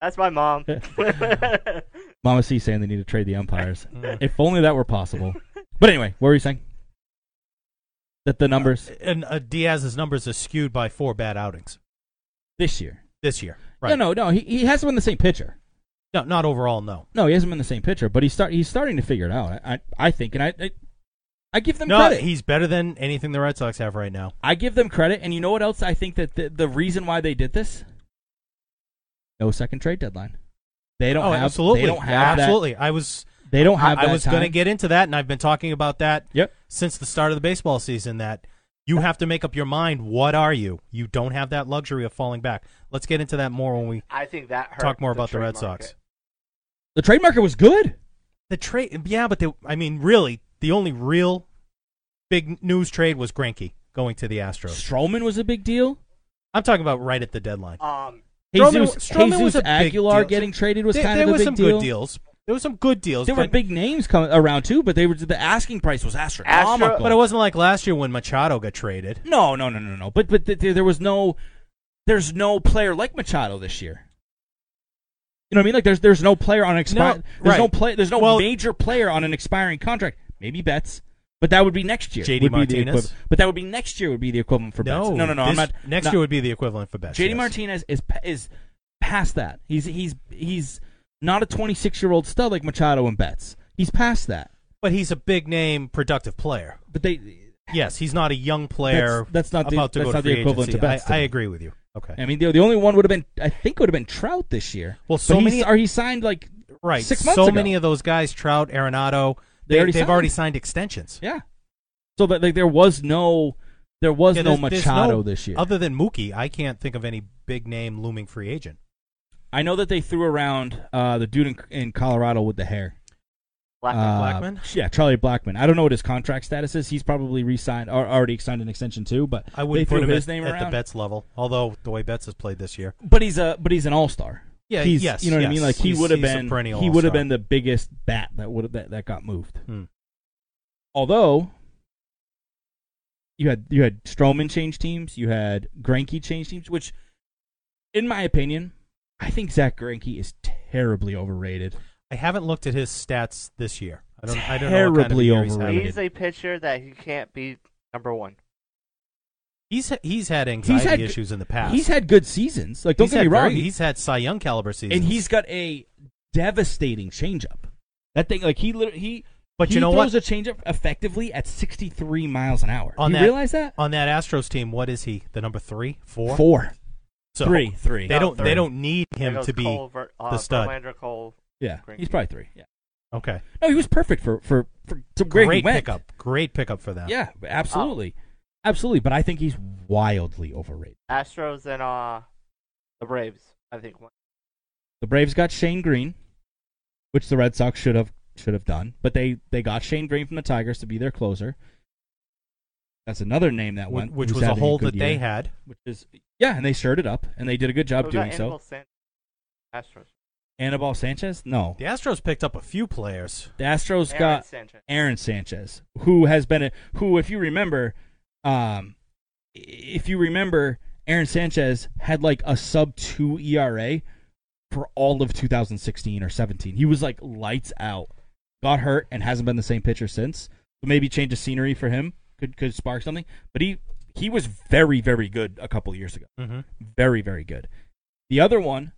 that's my mom.
Mama C saying they need to trade the umpires.
Mm.
if only that were possible. But anyway, what were you saying? That the numbers
and uh, Diaz's numbers are skewed by four bad outings
this year.
this year. Right?
No, no, no. He, he hasn't been the same pitcher.
No, not overall. No.
No, he hasn't been the same pitcher. But he's start he's starting to figure it out. I I, I think, and I, I I give them
No,
credit.
he's better than anything the Red Sox have right now.
I give them credit. And you know what else? I think that the, the reason why they did this, no second trade deadline. They don't
oh,
have
absolutely.
They don't have that-
absolutely. I was
They don't have.
I,
that
I was going to
time.
get into that, and I've been talking about that
Yep.
since the start of the baseball season. That you have to make up your mind. What are you? You don't have that luxury of falling back. Let's get into that more when we
I think that hurt.
talk more
the
about the
trade
Red Sox.
market.
The trade market was good.
The trade, yeah, but they, I mean, really, the only real big news trade was Granky going to the Astros.
Strowman was a big deal.
I'm talking about right at the deadline.
Um,
Stroman-
Jesus,
Stroman
Jesus
was a big
Aguilar
deal.
getting traded was
there,
kind
there
of a
was
big
some
deal.
good deals. There were some good deals.
There were
but-
big names coming around too, but they were the asking price was astronomical.
Astro-
but it wasn't like last year when Machado got traded.
no, no, no, no, no. But but th- th- there was no, there's no player like Machado this year. You know what I mean? Like there's there's no player on an expi-
No,
there's no
right.
play there's no
Well-
major player on an expiring contract. Maybe Betts, but that would be next year.
JD
would be the
Martinez?
equivalent- But that would be next year would be the equivalent for Betts. No, no, no. I'm
this-
not.
Next
not-
year would be the equivalent for best.
JD
yes.
Martinez is pa- is past that. He's he's he's not a 26 year old stud like Machado and Betts. He's past that.
but he's a big name, productive player.
But they
Yes, he's not a young player.
That's- that's not the-
about to
that's
go
not
to
the
free
equivalent to
agency.
Betts to
I, I
me.
agree with you. Okay,
I mean, the, the only one would have been, I think, would have been Trout this year.
Well, so
but he
many-
s- or he signed like
right.
six months
so
ago.
many of those guys, Trout, Arenado,
They
they,
already
have
signed.
already signed extensions.
yeah. So that like there was no, there was
Yeah,
no
there's- there's
Machado
no-
this year.
Other than Mookie, I can't think of any big name looming free agent.
I know that they threw around uh, the dude in, in Colorado with the hair.
Blackman.
Uh,
Blackman?
Yeah, Charlie Blackman. I don't know what his contract status is. He's probably re-signed or already signed an extension too. But
I wouldn't
they
put
threw
him
his
at,
name
at
around.
the Betts level, although the way Betts has played this year.
But he's a but he's an all star.
Yeah,
he's,
yes,
you know what I mean.
yes.
Like he
He's-
would have
he's a
been
perennial
he would have
all-star.
been the biggest bat that would that that got moved.
Hmm.
Although you had you had Strowman change teams, you had Granky change teams, which, in my opinion, I think Zach Granky is terribly overrated.
I haven't looked at his stats this year. I don't, I don't know what kind of
Terribly
year he's having.
overrated.
He's a pitcher that he can't be number one.
He's he's had anxiety
had g-
issues in the past.
He's had good seasons. Like don't
He's
get
had
me wrong,
very- he's had Cy Young caliber seasons.
and he's got a devastating changeup. That thing, like he literally he.
But
he
you know
throws
what?
a changeup effectively at 63 miles an hour.
On
you
that-
realize that?
on that Astros team, what is he? The number three, four,
Four.
So
Three, three.
They don't.
Third.
They don't need him
There
to
goes
be
Cole, Ver, uh,
the stud.
Verlander, Cole.
Yeah,
Great.
he's probably three. Yeah.
okay.
No, he was perfect for for for to where he
Great
went.
pickup. Great pickup for them.
Yeah, absolutely, absolutely. But I think he's wildly overrated.
Astros and uh, the Braves. I think one.
The Braves got Shane Green, which the Red Sox should have should have done, but they they got Shane Green from the Tigers to be their closer. That's another name that
Wh-
went,
which
who's
was a
having
hole
good
that they
year.
had.
Which is yeah, and they shirred it up, and they did a good job
Who
doing
got
so.
Anibal San- Astros.
Anibal Sanchez, no,
The Astros picked up a few players.
the Astros
Aaron
got
Sanchez.
Aaron Sanchez, who has been a, who, if you remember, um, if you remember, Aaron Sanchez had like a sub two ERA for all of 2016 or 17. He was like lights out, got hurt, and hasn't been the same pitcher since. So maybe change of scenery for him could could spark something. But he he was very very good a couple years ago,
Mm-hmm.
very very good. The other one.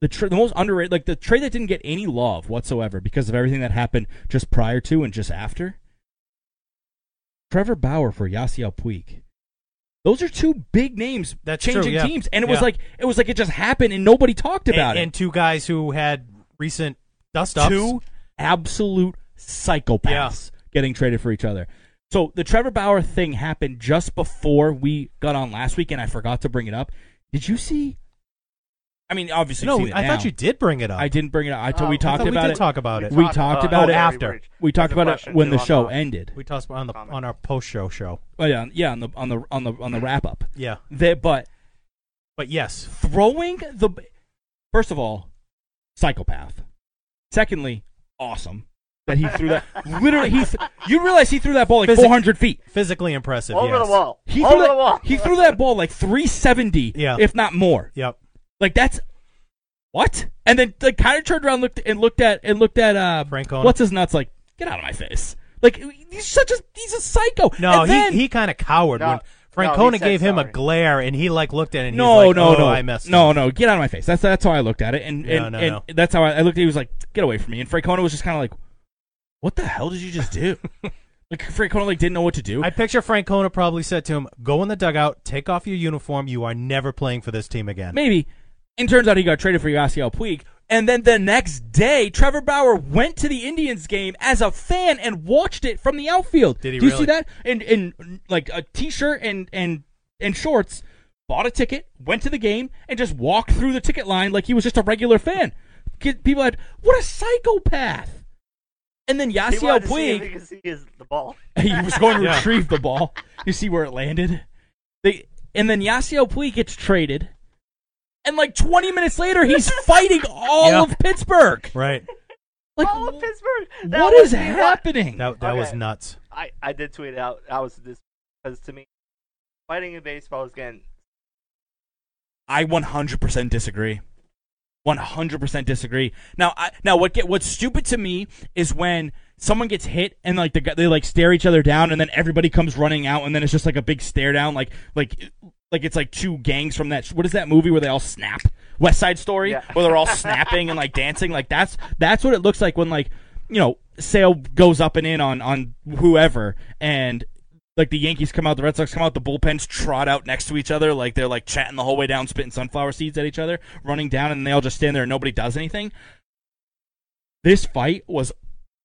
the tra- the most underrated, like the trade that didn't get any love whatsoever because of everything that happened just prior to and just after. Trevor Bauer for Yasiel Puig. Those are two big names
That's
changing
true, yeah.
teams, and it was
Yeah.
like it was like it just happened and nobody talked about
and, and two guys who had recent dust
it.
ups.
Two absolute psychopaths getting traded for each other. So the Trevor Bauer thing happened just before we got on last week, and I forgot to bring it up. Did you see? I mean, obviously,
No,
you've seen it
I
now.
thought you did bring it up.
I didn't bring it up. I t-
Oh,
we
I
I
talked
thought we
about
did
it.
talk about it.
We talked about it
after.
We talked about it when the show
ended.
ended.
We talked about it on the
Comment.
on our post show show.
Oh yeah, yeah, on the on the on the on the wrap up.
Yeah,
That but
but yes,
throwing the first of all, psychopath. Secondly, awesome that he threw that. literally, he th- you realize he threw that ball like
Physic-
400 feet.
physically impressive.
Over
yes.
the wall.
He
Over
threw
the wall.
that, he threw that ball like 370,
Yeah.
if not more.
Yep.
Like that's what? And then like kind of turned around, looked and looked at and looked at uh
Francona.
What's his nuts? Like get out of my face! Like he's such a he's a psycho.
No,
And then-
he, he kind of cowered
No,
when
no, he
Francona
said
gave him a
sorry.
glare, and he like looked at it. And
no,
he's like,
no,
"Oh,
no,
I messed
no,
up."
no. Get out of my face. That's that's how I looked at it, and
Yeah,
and,
no,
and
no.
that's how I, I looked. at it. He was like, "Get away from me!" And Francona was just kind of like, "What the hell did you just do?" like Francona like didn't know what to do.
I picture Francona probably said to him, "Go in the dugout, take off your uniform. You are never playing for this team again."
Maybe. And turns out he got traded for Yasiel Puig. And then the next day, Trevor Bauer went to the Indians game as a fan and watched it from the outfield.
Did he
Do you see
really?
that? In in like a t-shirt and and and shorts, bought a ticket, went to the game, and just walked through the ticket line like he was just a regular fan. Kid- People had what a psychopath. And then
He
Yasiel
wanted to see
Puig
if he could see his, the ball.
he was going to
Yeah.
retrieve the ball. You see where it landed? They and then Yasiel Puig gets traded, and like 20 minutes later, he's fighting all
Yeah.
of Pittsburgh.
Right?
Like,
All of Pittsburgh. That
what
was
is
me.
happening?
That that was
Okay.
nuts.
I, I did tweet out. I was this because to me, fighting in baseball is getting
I 100% disagree. 100% disagree. Now, I, now what get what's stupid to me is when someone gets hit and like the guy, they like stare each other down and then everybody comes running out and then it's just like a big stare down like like like it's like two gangs from that what is that movie where they all snap? West Side Story
Yeah.
where they're all snapping and like dancing like that's that's what it looks like when like you know Sale goes up and in on on whoever and like the Yankees come out, the Red Sox come out, the bullpens trot out next to each other, like they're like chatting the whole way down, spitting sunflower seeds at each other, running down, and they all just stand there and nobody does anything. This fight was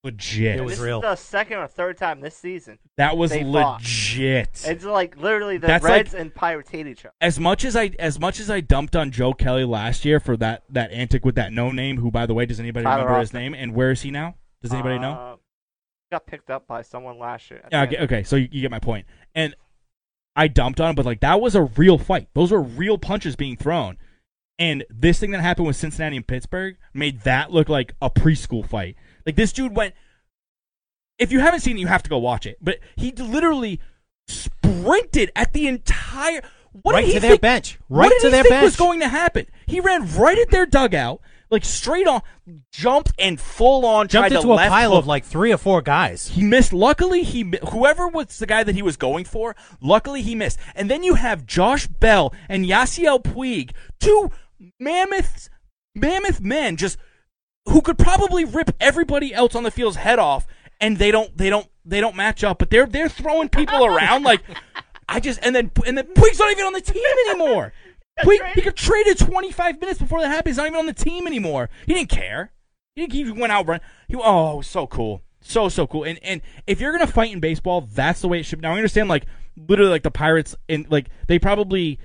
legit.
It was
this
real.
is the second or third time this season.
that was
they fought.
legit.
It's like literally the
That's
Reds
like-
and Pirates hate each other.
as much as I as much as I dumped on Joe Kelly last year for that that antic with that no name, who by the way, does anybody
Tyler
remember his
Austin.
name? And where is he now? Does anybody know?
Uh, Got picked up by someone last year.
Yeah, okay, okay, so you, you get my point. And I dumped on him, but like that was a real fight. Those were real punches being thrown. And this thing that happened with Cincinnati and Pittsburgh made that look like a preschool fight. Like this dude went. If you haven't seen it, you have to go watch it. But he literally sprinted at the entire. What
Right
did he
to their
think-
bench.
what
Right
did
to
he
their
think was
bench.
going to happen? He ran right at their dugout, like straight on, jumped and full on tried
Jumped
to
into a
left
pile
hook
of like three or four guys.
he missed. Luckily, he mi- whoever was the guy that he was going for. Luckily, he missed. And then you have Josh Bell and Yasiel Puig, two mammoths, mammoth men, just who could probably rip everybody else on the field's head off, and they don't, they don't, they don't match up. But they're they're throwing people around like I just and then and then Puig's not even on the team anymore. Puig, he got traded 25 minutes before that happened. He's not even on the team anymore. He didn't care. He, he went out run. He oh, it was so cool, so so cool. And and if you're gonna fight in baseball, that's the way it should. Now I understand like literally like the Pirates and like they probably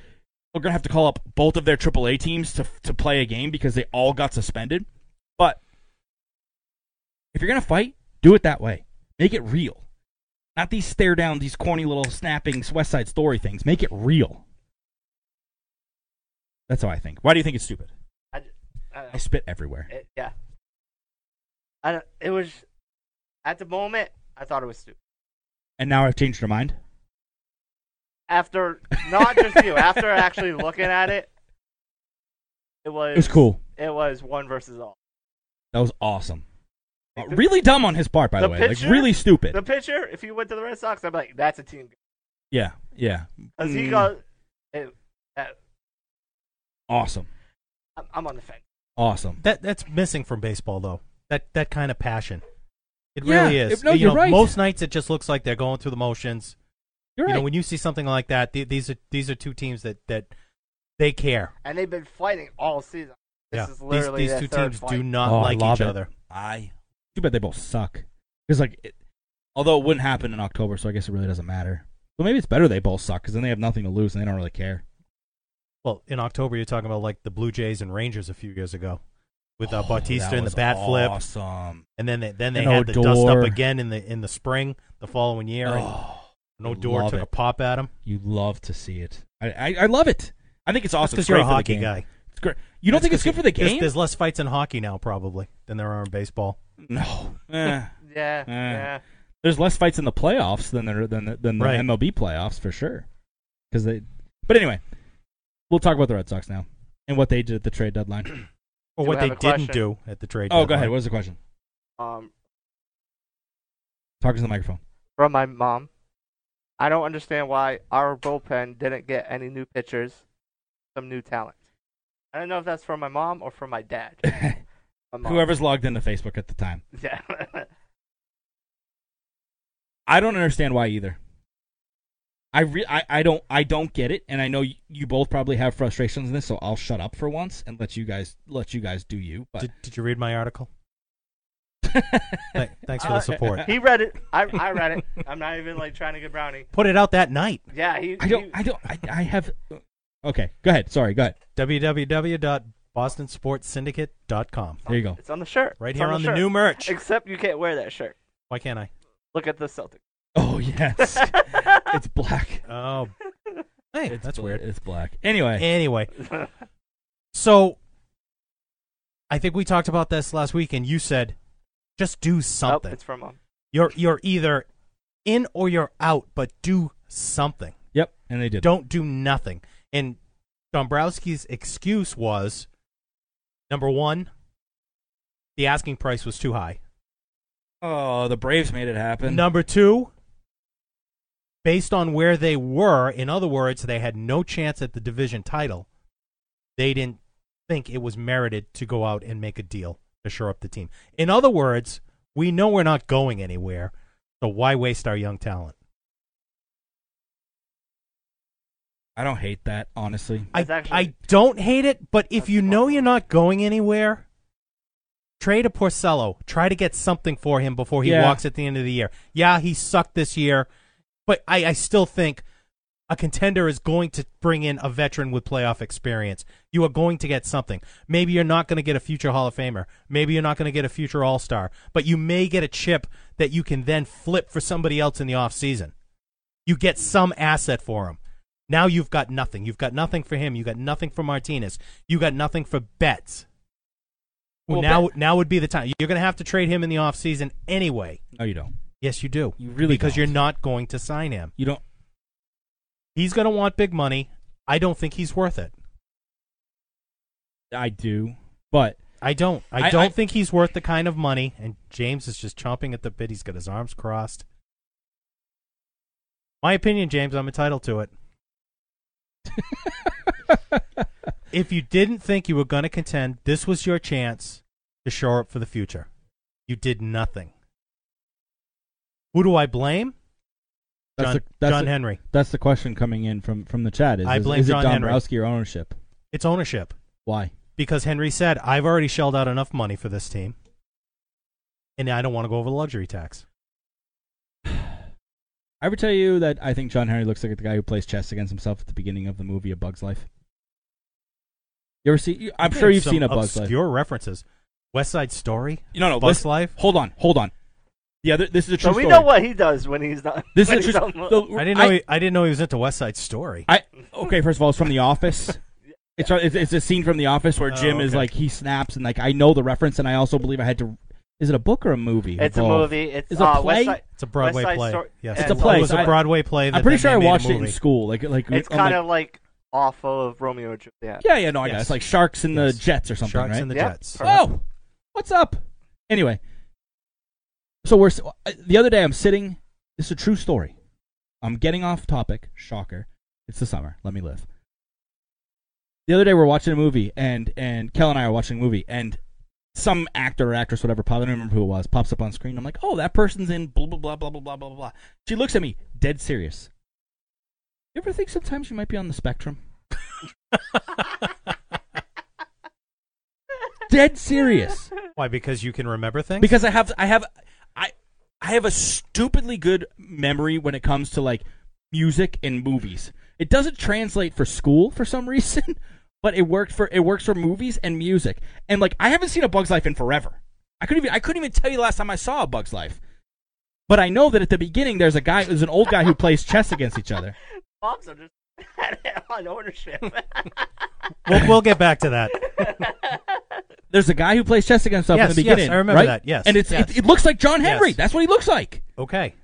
are gonna have to call up both of their AAA teams to to play a game because they all got suspended. But if you're gonna fight, do it that way. Make it real, not these stare down, these corny little snapping West Side Story things. Make it real. That's how I think. Why do you think it's stupid?
I, j- I don't
I
know.
spit everywhere.
uh, It- yeah. I don't, it was at the moment I thought it was stupid.
And now I've changed your mind.
After not just you, after actually looking at it, it was
It was cool.
It was one versus all.
That was awesome. Uh,
Like the-
really dumb on his part, by the, way.
pitcher-
like really stupid.
The pitcher, if you went to the Red Sox, I'm like, that's a team
yeah, yeah.
because
Hmm.
he
Mm,
goes. It, that,
awesome,
I'm, I'm on the fence.
awesome.
That that's missing from baseball though. That that kind of passion. It
Yeah,
really is.
if- no,
you
you're
know,
right.
most nights it just looks like they're going through the motions.
You're
You know,
right.
when you see something like that, th- these are these are two teams that that they care.
And they've been fighting all season. This
yeah,
is
These-
literally
these,
their
two
third
teams
fight.
do not
Oh, I
like
love
each
it.
other.
I too bad they both suck. Because like, it, although it wouldn't happen in October, so I guess it really doesn't matter. But maybe it's better they both suck because then they have nothing to lose and they don't really care.
Well, in October you're talking about like the Blue Jays and Rangers a few years ago with uh,
Oh,
Bautista
that
and the
was
bat flip,
Awesome.
and then they, then they
And
had the dust up
Odor.
again in the in the spring the following year.
Oh,
and no
I
door
love
took a
it.
pop at him.
you love to see it. I, I, I love it. I think it's awesome.
because
It's
you're a
great for the
hockey
game.
guy.
It's great. You don't
That's
think it's
'cause
good for the
there's-
game?
There's less fights in hockey now probably than there are in baseball.
No. Eh.
Yeah, yeah.
there's less fights in the playoffs than there than the, than the
Right.
MLB playoffs for sure. Because they, but anyway, we'll talk about the Red Sox now and what they did at the trade deadline.
Or what
Do we
they
have a
didn't
question?
do at the trade.
oh, go
deadline.
ahead. What was the question?
Um,
Talk to the microphone.
from my mom. I don't understand why our bullpen didn't get any new pitchers, some new talent. I don't know if that's from my mom or from my dad. My mom.
Whoever's logged into Facebook at the time,
Yeah.
I don't understand why either. I, re- I I don't I don't get it, and I know you, you both probably have frustrations in this, so I'll shut up for once and let you guys let you guys do you. But
Did, did you read my article? Th- thanks for the support.
he read it. I, I read it. I'm not even like trying to get brownie.
Put it out that night.
Yeah, he.
I don't
he-
I don't I, I have. Okay, go ahead. Sorry, go ahead.
www.bostonsportsyndicate.com.
There you go.
It's on the shirt.
Right
It's
here on the
shirt.
new merch.
Except you can't wear that shirt.
Why can't I?
Look at the Celtic.
Oh yes, it's black.
Oh, hey,
It's
that's
bla-
weird.
It's black. Anyway,
Anyway, so I think we talked about this last week, and you said just do
Oh,
something.
it's from mom.
You're you're either in or you're out, but do something.
yep, and they did.
Don't do nothing. And Dombrowski's excuse was number one, the asking price was too high.
Oh, the Braves made it happen.
Number two, based on where they were, in other words, they had no chance at the division title. They didn't think it was merited to go out and make a deal to shore up the team. In other words, we know we're not going anywhere, so why waste our young talent?
I don't hate that, honestly.
I,
That's actually-
I don't hate it, but if
That's
you know
smart.
you're not going anywhere, Trade a Porcello. Try to get something for him before he
Yeah.
walks at the end of the year. Yeah, he sucked this year, but I, I still think a contender is going to bring in a veteran with playoff experience. You are going to get something. Maybe you're not going to get a future Hall of Famer. Maybe you're not going to get a future All Star, but you may get a chip that you can then flip for somebody else in the offseason. You get some asset for him. Now you've got nothing. You've got nothing for him. You got nothing for Martinez. You got nothing for Betts. Well,
Well,
now
Bet-
now would be the time. You're going to have to trade him in the offseason anyway.
No, you don't.
Yes, you do.
You really
because
don't.
you're not going to sign him.
You don't.
He's going to want big money. I don't think he's worth it.
I do, but
I don't. I,
I-
don't
I-
think he's worth the kind of money. And James is just chomping at the bit. He's got his arms crossed. My opinion, James, I'm entitled to it. if you didn't think you were going to contend, this was your chance to shore up for the future. You did nothing. Who do I blame?
that's
John,
the, that's
John
the-
Henry.
That's the question coming in from from the chat. Is
I
is-
blame
is,
John
it Don
Henry.
Browski or ownership?
It's ownership.
Why?
because Henry said, I've already shelled out enough money for this team, and I don't want to go over the luxury tax.
I would tell you that I think John Henry looks like the guy who plays chess against himself at the beginning of the movie A Bug's Life. You ever see? you- I'm sure
There's
you've
some
seen A Bug's Life. Oh,
obscure references. West Side Story?
No, no,
Bug's
listen-
Life?
Hold on, hold on. The other, this is a true
So we
story.
know what he does when he's not.
This
when
is a
he's
true.
on-
the-
I didn't know. he, I didn't know he was into West Side Story.
I okay. First of all, it's from The Office. It's it's, it's a scene from The Office where
Oh,
Jim is
okay.
like he snaps and like I know the reference and I also believe I had to. Is it a book or a movie?
it's a
Evolve?
movie. It's,
It's a
uh, West
play?
Side-
it's a Broadway
West Side
play.
Story-
Yes,
and
It's a play.
It was a
I-
Broadway play. That
I'm pretty
then
sure
they
I
made a
watched it in
movie.
school. Like like
It's
on,
kind
like-
of like off of Romeo and Juliet.
yeah yeah no I got it.
Yes.
it's like sharks and
Yes.
the jets or something
Sharks
right
and the
Yep.
Jets.
Perfect.
Oh, what's up? Anyway, so we're s- uh, the other day. I'm sitting. This is a true story. I'm getting off topic. Shocker. It's the summer. Let me live. The other day we're watching a movie, and and Kel and I are watching a movie, and some actor or actress, whatever, pop- I don't remember who it was, pops up on screen. I'm like, oh, that person's in blah blah blah blah blah blah blah blah. She looks at me, dead serious. You ever think sometimes you might be on the spectrum? dead serious.
Why? Because you can remember things.
because I have I have I I have a stupidly good memory when it comes to like music and movies. It doesn't translate for school for some reason, but it worked for it works for movies and music. And like I haven't seen a Bug's Life in forever. I couldn't even I couldn't even tell you the last time I saw a Bug's Life. But I know that at the beginning there's a guy there's an old guy who plays chess against each other.
Bob's under- on ownership.
we'll, we'll get back to that.
There's a guy who plays chess against himself
Yes,
in the
yes,
beginning.
I remember
right?
that, yes,
and it's
yes.
It, it looks like John Henry.
Yes.
That's what he looks like.
Okay.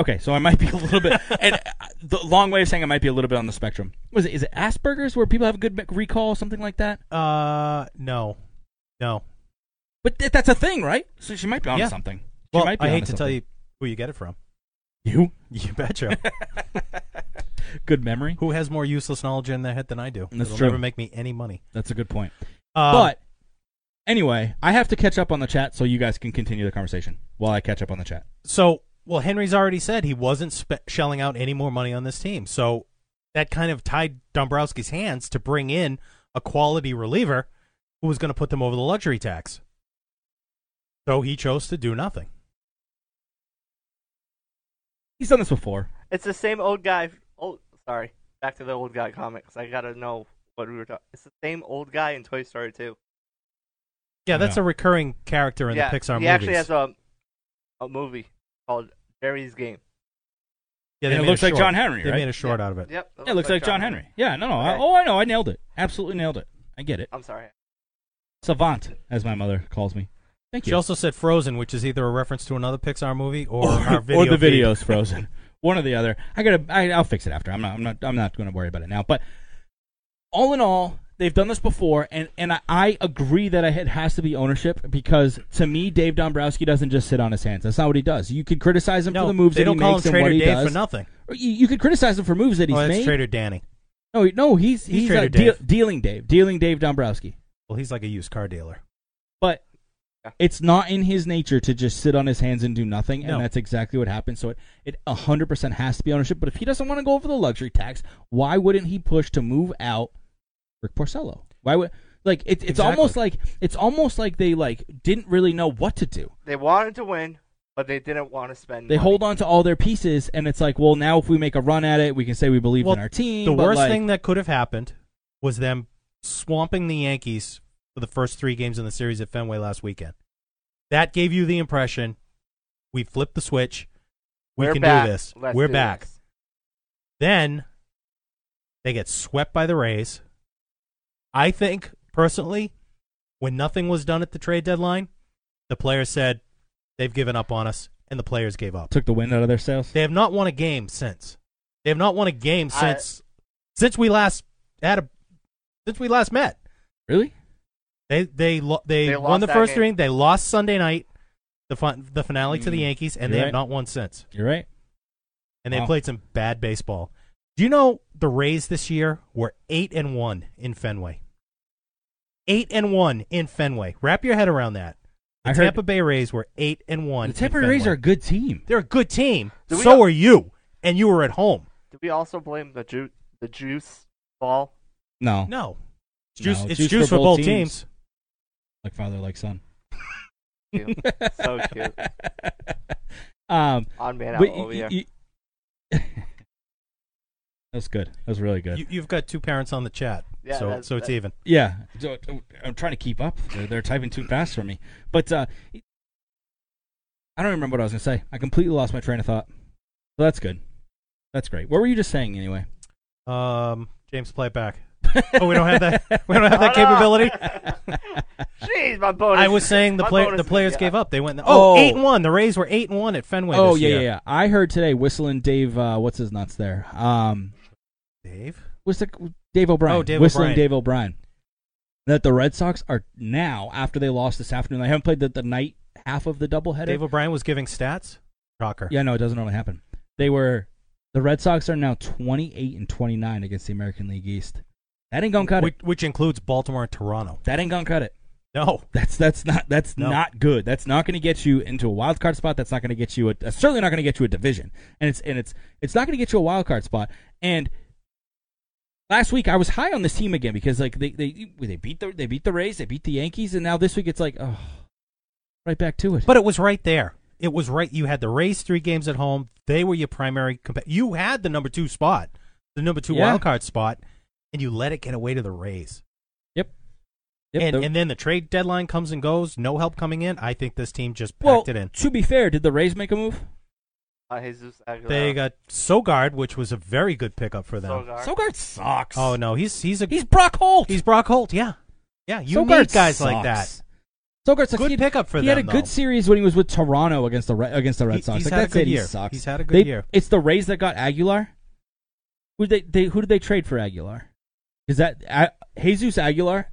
Okay, so I might be a little bit, and uh, the long way of saying I might be a little bit on the spectrum. Was it is it Asperger's where people have a good me- recall, something like that?
Uh, no, no.
But th- that's a thing, right? So she might be on
Yeah.
something. She
Well,
might be
I hate
onto
to tell
something.
you who you get it from.
you
You betcha.
good memory.
who has more useless knowledge in their head than I do?
That's
It'll
true.
never make me any money.
That's a good point.
Uh,
but anyway, I have to catch up on the chat so you guys can continue the conversation while I catch up on the chat.
So, well, Henry's already said he wasn't spe- shelling out any more money on this team. So that kind of tied Dombrowski's hands to bring in a quality reliever who was going to put them over the luxury tax. So he chose to do nothing.
He's done this before.
it's the same old guy. Oh, sorry. Back to the old guy comics. I gotta know what we were talking. It's the same old guy in Toy Story 2.
Yeah, that's
Yeah.
a recurring character in
yeah,
the Pixar
he
movies.
actually has a a movie called Jerry's Game.
yeah,
And it
made a
looks like
short.
John Henry,
They
right?
made a short out of it.
Yep.
Yeah, it looks Oh, like John Henry. Yeah, no, no. I,
Okay.
oh, I know. I nailed it. Absolutely nailed it. I get it.
I'm sorry.
Savant, as my mother calls me. Thank you.
She also said Frozen, which is either a reference to another Pixar movie or, our video
or the
feed.
video's frozen. One or the other. I gotta. I, I'll fix it after. I'm not. I'm not. I'm not going to worry about it now. But all in all, they've done this before, and and I, I agree that it has to be ownership because to me, Dave Dombrowski doesn't just sit on his hands. That's not what he does. You could criticize him
No,
for the moves
they
that
don't
he
call
makes
him
and what
Trader
he
Dave
does.
for nothing.
Or You, you could criticize him for moves that he's
oh, that's
made.
Trader Danny.
No, he- no, he's
He's
he's,
Trader
a deal-
Dave.
dealing Dave, dealing Dave Dombrowski.
Well, he's like a used car dealer.
But
Yeah.
it's not in his nature to just sit on his hands and do nothing, and
No.
that's exactly what happened. So it, it 100% has to be ownership. But if he doesn't want to go over the luxury tax, why wouldn't he push to move out Rick Porcello? Why would Like it, it's
Exactly.
almost like it's almost like they like didn't really know what to do.
They wanted to win, but they didn't want to spend.
They
money.
hold on to all their pieces, and it's like, well, now if we make a run at it, we can say we believe
Well,
in our team.
The
but,
worst
like-
thing that could have happened was them swamping the Yankees for the first three games in the series at Fenway last weekend. That gave you the impression we flipped the switch. We
We're
can
back.
do this.
Let's
We're
do
back.
this.
Then they get swept by the Rays. I think personally, when nothing was done at the trade deadline, the players said they've given up on us, and the players gave up.
took the wind out of their sails.
They have not won a game since. They have not won a game
I-
since since we last had a since we last met.
Really?
They they lo- they,
They
won
lost
the
that
first
game.
ring. They lost Sunday night, the fun, the finale to the
Mm,
Mm-hmm.
Yankees, and
you're
they
right.
have not won since.
You're right.
And they
Wow.
played some bad baseball. Do you know the Rays this year were eight and one in Fenway? Eight and one in Fenway. Wrap your head around that. The
I heard-
Tampa Bay Rays were eight and one.
The
in
Tampa Rays
Fenway.
are a good team.
they're a good team.
Do we
So
not-
are you, and you were at home.
Do we also blame the ju- the juice ball?
No,
No. It's
No,
juice, it's juice, for, both teams.
like father, like son.
Cute. so cute.
Um,
On man out
but
over
y-
here.
y- that's good. That was really good.
You, have got two parents on the chat,
Yeah,
so
that-
so it's
that-
even.
Yeah, So, uh, I'm trying to keep up. They're, they're typing too fast for me. But uh, I don't remember what I was gonna say. I completely lost my train of thought. So that's good. That's great. What were you just saying anyway?
Um, James, play it back. Oh, we don't have that. We don't have that
Shut up.
capability.
Jeez, my bonus.
I was saying the
my
player,
bonus
the
is-
players
yeah.
gave up. They went. Oh,
Oh.
eight and one. The Rays were eight and one at Fenway.
oh
this
yeah,
year.
yeah, yeah. I heard today whistling Dave. Uh, what's his nuts there? Um,
Dave,
what's the Dave O'Brien?
Oh, Dave
whistling
O'Brien.
Dave O'Brien. That the Red Sox are now after they lost this afternoon. They haven't played the, the night half of the doubleheader.
Dave O'Brien was giving stats. Shocker.
Yeah, no, it doesn't normally happen. They were the Red Sox are now 28 and 29 against the American League East. That ain't gonna cut
which,
it.
which includes Baltimore and Toronto.
That ain't gonna cut it.
No,
That's that's not that's
No.
not good. That's not going to get you into a wild card spot. That's not going to get you a uh, certainly not going to get you a division. And it's and it's it's not going to get you a wild card spot. And last week I was high on this team again because like they they they beat the they beat the Rays, they beat the Yankees, and now this week it's like oh, right back to it.
but it was right there. It was right. You had the Rays three games at home. They were your primary. Comp- you had the number two spot, the number two
Yeah.
wild card spot, and you let it get away to the Rays.
Yep,
and,
the-
and then the trade deadline comes and goes. No help coming in. I think this team just packed
well,
it in.
to be fair, did the Rays make a move?
Uh, Jesus Aguilar.
They got Sogard, which was a very good pickup for them.
Sogard.
Sogard sucks.
Oh no, he's he's a
he's Brock Holt.
he's Brock Holt. Yeah, yeah. You
Sogard
need guys
sucks.
like that.
Sogard sucks.
Good
He-
pickup for
he
them.
had a
though.
good series when he was with Toronto against the Red, against the Red
He-
Sox.
he's
like
had a
that's
good
it. He
year.
sucks.
He's had a good
They-
year.
It's the Rays that got Aguilar. Who they, they who did they trade for Aguilar? Is that A Jesus Aguilar?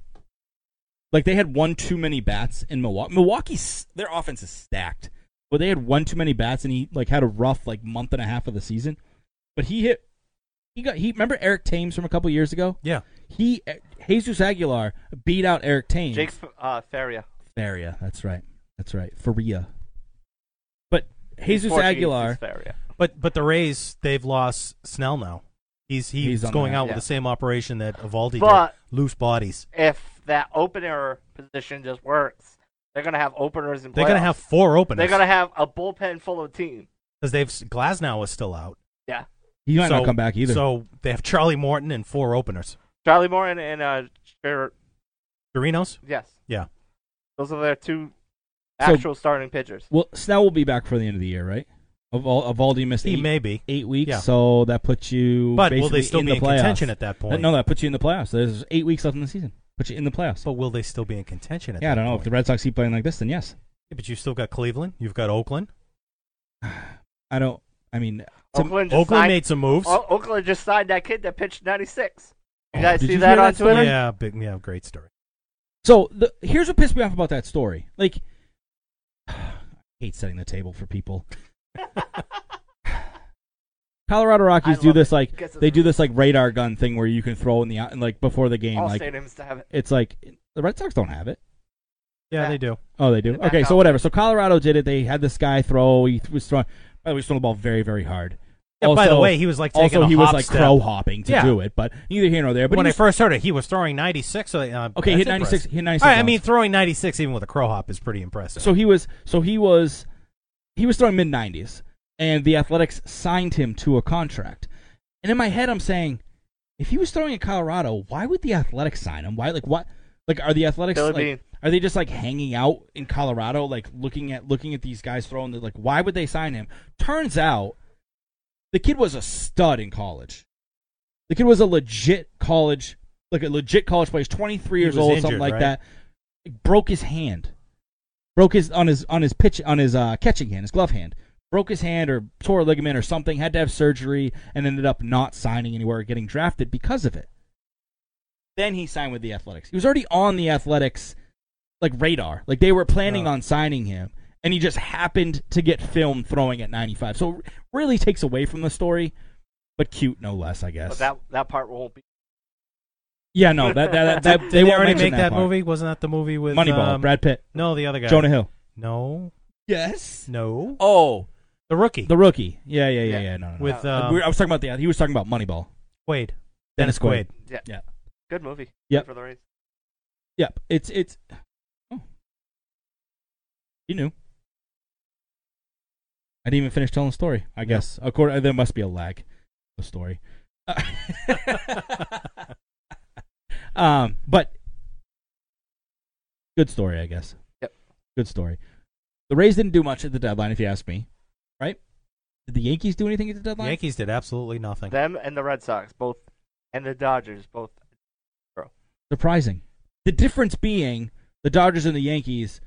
Like they had one too many bats in Milwaukee. Milwaukee's their offense is stacked, but they had one too many bats, and he like had a rough like month and a half of the season. But he hit. He got he remember Eric Thames from a couple years ago.
Yeah,
He Jesus Aguilar beat out Eric Thames.
Jake uh, Faria.
Faria. That's right. That's right. Faria. But Jesus
Portuguese
Aguilar.
is Faria.
but but the Rays they've lost Snell now. He's he's,
He's on
going
the-
out with
yeah.
the same operation that Evaldi
But-
did. Loose bodies.
If that opener position just works, they're gonna have openers and
They're gonna have four openers.
They're gonna have a bullpen full of team.
because they've Glasnow is still out.
Yeah,
He might
so,
not come back either.
So they have Charlie Morton and four openers.
Charlie Morton and uh, Jer-
Dorinos.
yes,
Yeah.
those are their two
So-
actual starting pitchers.
well, Snell will be back for the end of the year, right? Eval- Evaldi missed
He
eight,
may be.
eight weeks,
yeah.
so that puts you.
But will
basically
they still
in
be
the
in
playoffs.
contention at that point?
No, that puts you in the playoffs. There's eight weeks left in the season. Put you in the playoffs.
But will they still be in contention at
yeah, I
that
don't know
point?
if the Red Sox keep playing like this, then yes.
Yeah, but you've still got Cleveland. You've got Oakland.
I don't. I mean, to-
Oakland, just
Oakland
signed, Oh,
made some moves.
O- Oakland just signed that kid that pitched 96. You
Oh,
guys
Did
see
you
that
hear
on
that
Twitter?
story?
Yeah, big, yeah, great story.
So the, here's what pissed me off about that story. Like, I hate setting the table for people. Colorado Rockies
I
do
love
this
it,
like
because it's-
they do this like radar gun thing where you can throw in the out and like before the game
All
like
stadiums to have it.
it's like the Red Sox don't have it.
Yeah,
Yeah.
they do.
Oh, they do.
They back
Okay, so
out.
whatever. So Colorado did it. They had this guy throw. He th- was throwing. By the way, he's throwing the ball very, very hard.
Yeah, by the
Also-
way, he was like taking
also,
a
he was
hop
like
step.
crow hopping to
Yeah.
do it, but neither here nor there. But
when
he
I
was-
first heard it, he was throwing 96. So, uh,
Okay,
that's
hit 96
impressive.
hit 96
All right, I
once.
mean, throwing 96 even with a crow hop is pretty impressive.
so he was so he was he was throwing mid 90s and the athletics signed him to a contract and in my head i'm saying if he was throwing in colorado why would the athletics sign him why like what like are the athletics
Billy
like,
Bean.
are they just like hanging out in colorado like looking at looking at these guys throwing the like why would they sign him turns out the kid was a stud in college the kid was a legit college like a legit college player he's 23
He
years
was
old something
injured,
like
right?
that broke his hand broke his on his on his pitch on his uh, catching hand, his glove hand, broke his hand or tore a ligament or something, had to have surgery, and ended up not signing anywhere, or getting drafted because of it. Then he signed with the Athletics. He was already on the Athletics like radar, like they were planning
Oh.
on signing him, and he just happened to get filmed throwing at 95. So it really takes away from the story, but cute no less, I guess.
But that that part won't be.
yeah, no, that that, that,
Did
they, won't
already
mention
make that,
part.
movie. Wasn't that the movie with
Moneyball,
um,
Brad Pitt,
No, the other guy.
Jonah Hill.
No,
Yes.
no,
Oh,
the rookie
The rookie. Yeah, yeah, yeah,
Yeah.
yeah. No, no. no.
with
Uh,
um,
we were- I was talking about the. He was talking about Moneyball.
Quaid,
Dennis
Dennis
Quaid.
Quaid.
Yeah.
Yeah.
Good movie.
Yep.
For the Rays.
Yep. It's it's. Oh. You knew. I didn't even finish telling the story. I guess according there must be a lag. The story. Uh, um, but good story, I guess.
Yep.
Good story. The Rays didn't do much at the deadline, if you ask me. Right? Did the Yankees do anything at the
The
deadline?
Yankees did absolutely nothing.
Them and the Red Sox both, and the Dodgers both.
surprising. The difference being the Dodgers and the Yankees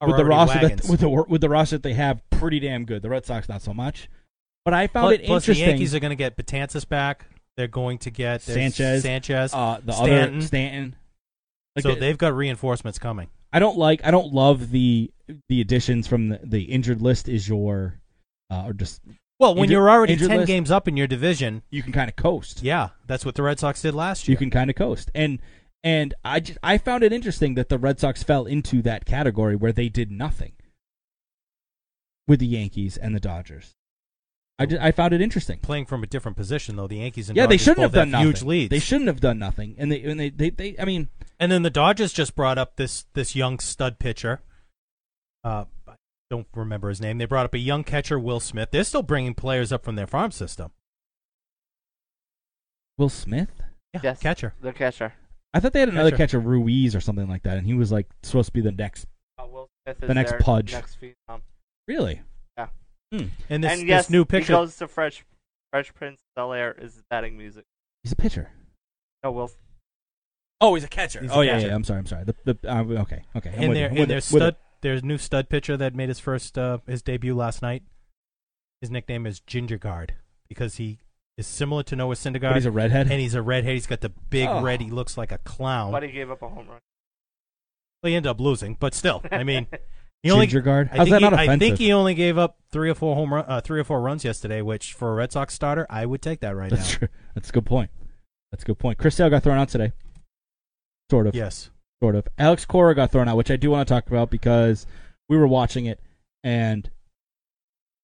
Are
with the
already
roster that,
wagons.
with the wor- with the roster that they have pretty damn good. The Red Sox not so much. But I found
plus,
it
plus the
interesting.
Yankees are going to get Batanzas back. They're going to get there's
Sanchez,
Sanchez.
uh, the
Stanton.
other Stanton. Like
so
the-
they've got reinforcements coming.
I don't like I don't love the the additions from the, the injured list is your uh, or just
Well, when
Injured-
you're already
injured
ten
list?
games up in your division,
you can kind of coast.
yeah, that's what the Red Sox did last
You
year.
can kind of coast. And and I just, I found it interesting that the Red Sox fell into that category where they did nothing with the Yankees and the Dodgers. I, ju- I found it interesting.
playing from a different position though. The Yankees and
yeah, they
Dodgers
shouldn't have
both
done nothing.
huge leads.
They shouldn't have done nothing. And they and they, they, they I mean,
And then the Dodgers just brought up this this young stud pitcher. Uh, I don't remember his name. They brought up a young catcher, Will Smith. They're still bringing players up from their farm system.
Will Smith.
Yeah,
Yes.
catcher.
The catcher.
I thought they had another catcher
Catcher.
Ruiz or something like that, and he was like supposed to be the next.
Uh, Will Smith is
The next
their
Pudge.
Next phenom.
Really?
Yeah.
Hmm.
And this
and yes,
this new
He
pitcher.
goes to Fresh Fresh Prince Bel Air is his batting music.
He's a pitcher.
No, Will.
Oh, he's a catcher.
He's a
oh yeah,
catcher.
yeah. I'm sorry. I'm sorry. The, the, uh, okay, okay. I'm with
and
you.
their
I'm
and
with
their
it, with it.
stud their new stud pitcher that made his first uh, his debut last night. His nickname is Ginger Guard because he is similar to Noah Syndergaard.
But he's a redhead.
and he's a redhead. He's got the big
Oh.
red. He looks like a clown.
But he gave up a home run.
They end up losing, but still, I mean, he only
Ginger guard?
I
How's
think
that not
he, I
offensive?
think he only gave up three or four home run, uh, three or four runs yesterday, which for a Red Sox starter, I would take that right
That's
now.
true. That's a good point. That's a good point. Chris Sale got thrown out today. Sort of.
Yes,
Sort of. Alex Cora got thrown out, which I do want to talk about because we were watching it and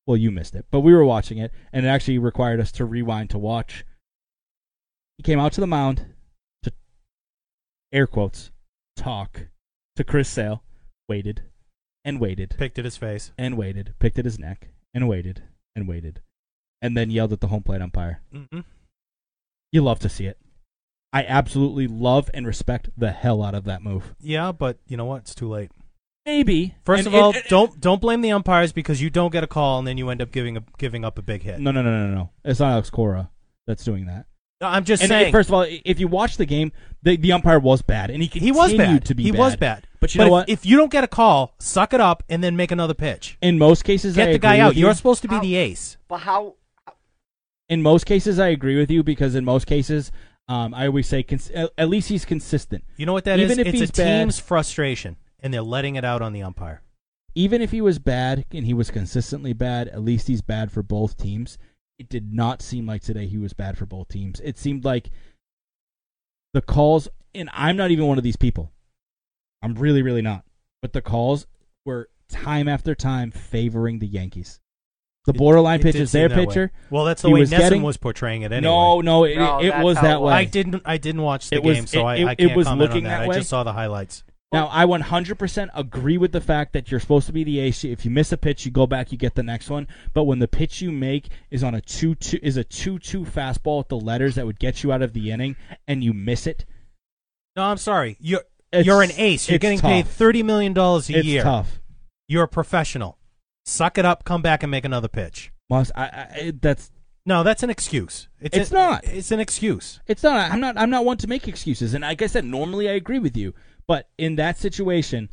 well, you missed it, but we were watching it and it actually required us to rewind to watch. He came out to the mound to air quotes talk to Chris Sale, waited and waited
picked at his face.
and waited, picked at his neck and waited and waited, and then yelled at the home plate umpire.
Mm-hmm.
You love to see it. I absolutely love and respect the hell out of that move.
Yeah, but you know what? It's too late.
Maybe. and
First of
it-
all,
it-
don't don't blame the umpires because you don't get a call and then you end up giving a, giving up a big hit.
No, no, no, no, no, no. It's not Alex Cora that's doing that.
No, I'm just
And it-
saying.
first of all, i- if you watch the game, the, the umpire was bad, and he
he
continued
was bad.
to be
he
bad.
was bad.
But you
but
know
if,
what?
If you don't get a call, suck it up and then make another pitch.
in most cases,
Get
I
the guy
agree
out.
with you.
You're supposed to be
How-
the ace.
But how?
in most cases, I agree with you because in most cases, um, I always say cons- at at least he's consistent.
You know what that is?
Even if
it's
he's
a
bad-
team's frustration, and they're letting it out on the umpire.
even if he was bad and he was consistently bad, at least he's bad for both teams. It did not seem like today he was bad for both teams. It seemed like the calls, and I'm not even one of these people. I'm really, really not. But the calls were time after time favoring the Yankees. The borderline
It did
pitch is
seem
their
that way.
pitcher.
Well, that's the
He
way
was
Nesson
getting-
was portraying it. Anyway.
No, no, it,
No,
it
that's
was
how
that
it
way.
was.
I didn't. I didn't watch the
It was-
game, so
it-
I,
it-
I
it
can't
was
comment
looking
on
that
that.
way.
I just saw the highlights.
Now, I 100% agree with the fact that you're supposed to be the ace. If you miss a pitch, you go back, you get the next one. But when the pitch you make is on a two two is a two two fastball with the letters that would get you out of the inning, and you miss it,
No, I'm sorry. You're
It's-
you're an ace. You're
it's
getting paid
tough.
thirty million dollars a
it's
year.
tough.
You're a professional. Suck it up. Come back and make another pitch.
Must I, I, it- that's
No, that's an excuse.
It's
an-
not.
It's an excuse.
it's not. I'm not. I'm not one to make excuses. And like I said, normally I agree with you, but in that situation,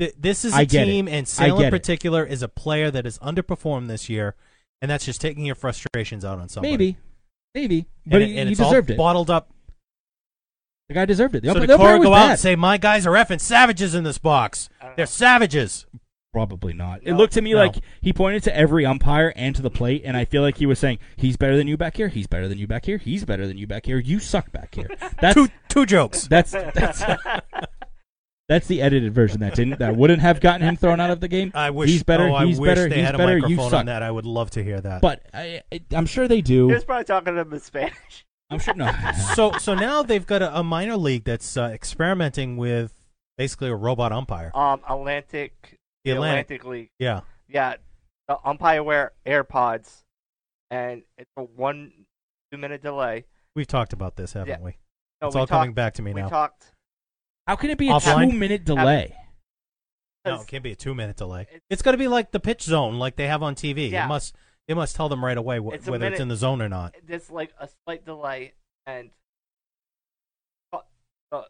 Th- This is a
I get it.
team,
I
and Sale
get
in
it.
particular is a player that has underperformed this year, and that's just taking your frustrations out on somebody.
maybe, maybe,
And
but
it-
he,
and
he
it's all
deserved it.
Bottled up.
The guy deserved it. The
so
umpire-
did
the umpire
Cora
was
go out
bad.
and say, "My guys are effing savages in this box.
I don't
They're
know.
savages."
Probably not. it
No.
looked to me
No.
like he pointed to every umpire and to the plate, and I feel like he was saying, "He's better than you back here. He's better than you back here. He's better than you back here. You suck back here." That's
Two two jokes.
that's that's that's the edited version that didn't that wouldn't have gotten him thrown out of the game.
I wish.
he's better.
oh, I
he's
wish
better.
they
he's
had a
better. You
microphone on
suck.
that. I would love to hear that.
But I, I, I'm sure they do.
He was probably talking to him in Spanish.
I'm sure no.
so so now they've got a, a minor league that's uh, experimenting with basically a robot umpire.
Um, Atlantic,
The Atlantic.
League.
Yeah.
Yeah, the umpire wear AirPods, and it's a one two minute delay.
We've talked about this, haven't
Yeah.
we?
No,
It's
we
all coming
talked-
back to me
we
now.
talked.
How can it be a
Offline?
two minute delay?
No,
'cause
it can't be a two minute delay.
It's-
It's got to be like the pitch zone, like they have on TV.
Yeah.
It must it must tell them right away wh-
It's a
whether it's
minute.
in the zone or not.
There's like a slight delay, and but the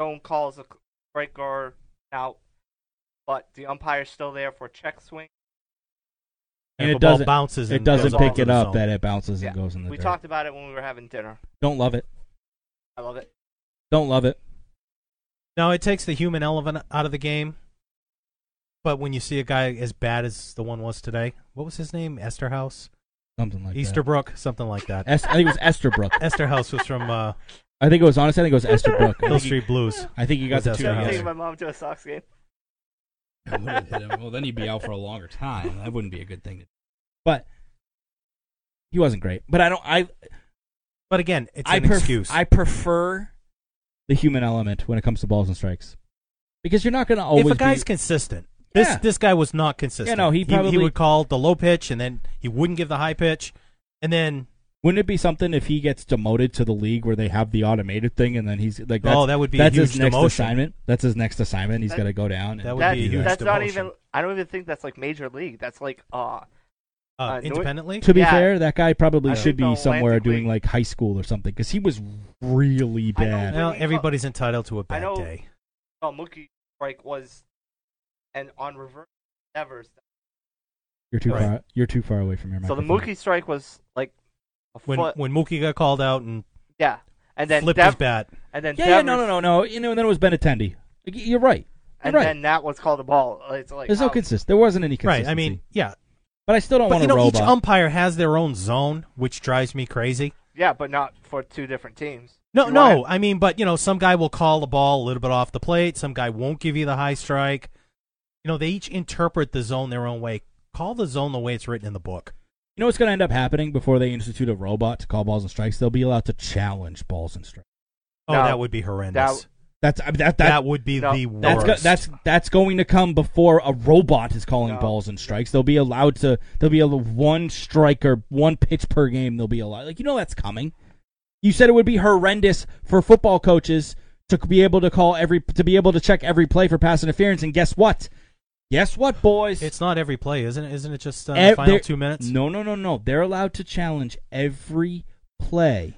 zone calls a break or out, but the umpire's still there for check swing.
And
if
it
a ball
doesn't-
bounces.
It
and goes
doesn't
off
pick
to
it
the
up
zone.
that it bounces
Yeah,
and goes in the
we
dirt.
talked about it when we were having dinner.
Don't love it.
I love it.
Don't love it.
No, it takes the human element out of the game. But when you see a guy as bad as the one was today, what was his name? Esterhouse,
Something like that.
Easterbrook, something like that.
Es- I think it was Esterbrook.
Esterhouse was from uh,
I think it was honestly. I think it was Esterbrook. I
Hill
think he-
Street Blues.
I think you got
Was
the
that
two
Yeah,
I'm
yeah.
taking
together.
my mom to a Sox game.
well, then he'd be out for a longer time. That wouldn't be a good thing. To
But he wasn't great. But I don't. I
But again, it's
I
an
pref-
excuse.
I prefer the human element when it comes to balls and strikes because you're not going to always.
if a guy's
be,
consistent, this
Yeah.
this guy was not consistent.
Yeah, no, he probably-
would call the low pitch and then he wouldn't give the high pitch, and then
wouldn't it be something if he gets demoted to the league where they have the automated thing and then he's like, that's,
Oh, that would be a
that's
huge
his next
demotion.
assignment. That's his next assignment. He's
That-
got to go down. And
That would
That-
be a huge
That's not
demotion.
even. I don't even think that's like major league. That's like uh,
uh,
Uh, Nor-
independently.
to be
yeah.
fair, that guy probably
I
should
think
be
the
somewhere
Atlantic
doing
League-
like high school or something because he was really
I know
bad.
well,
When we
everybody's entitled to a
I
bad
know-
day.
oh, Mookie break was, and on reverse Devers.
You're too
Right.
far. You're too far away from your
So the
microphone.
Mookie strike was like a
When
foot.
when Mookie got called out and,
yeah, and then
flipped his
Dev-
bat,
and then
Yeah, yeah,
Devers,
no, no, no, no. You know, and then it was Ben Attendee. Like, y- You're right.
and
right.
then that was called a ball. It's like
There's no
oh,
consist. There wasn't any consistency.
right? I mean, yeah,
but I still don't
but
want
you
a
know,
robot.
each um umpire has their own zone, which drives me crazy.
yeah, but not for two different teams.
No,
You
no,
want-
I mean, but you know, some guy will call the ball a little bit off the plate. Some guy won't give you the high strike. You know, they each interpret the zone their own way. Call the zone the way it's written in the book.
you know what's going to end up happening before they institute a robot to call balls and strikes? They'll be allowed to challenge balls and strikes.
Oh,
No.
that would be horrendous.
That-
That's I mean, that,
that,
that,
would be
No,
the
that's
worst.
go, that's that's going to come before a robot is calling
No.
balls and strikes. They'll be allowed to. They'll be a one strike or one pitch per game. They'll be allowed. Like you know that's coming. You said it would be horrendous for football coaches to be able to call every to be able to check every play for pass interference. And guess what? Guess what, boys?
it's not every play, isn't it? Isn't it just uh,
Ev-
the final
they're-
two minutes?
No, no, no, no. They're allowed to challenge every play.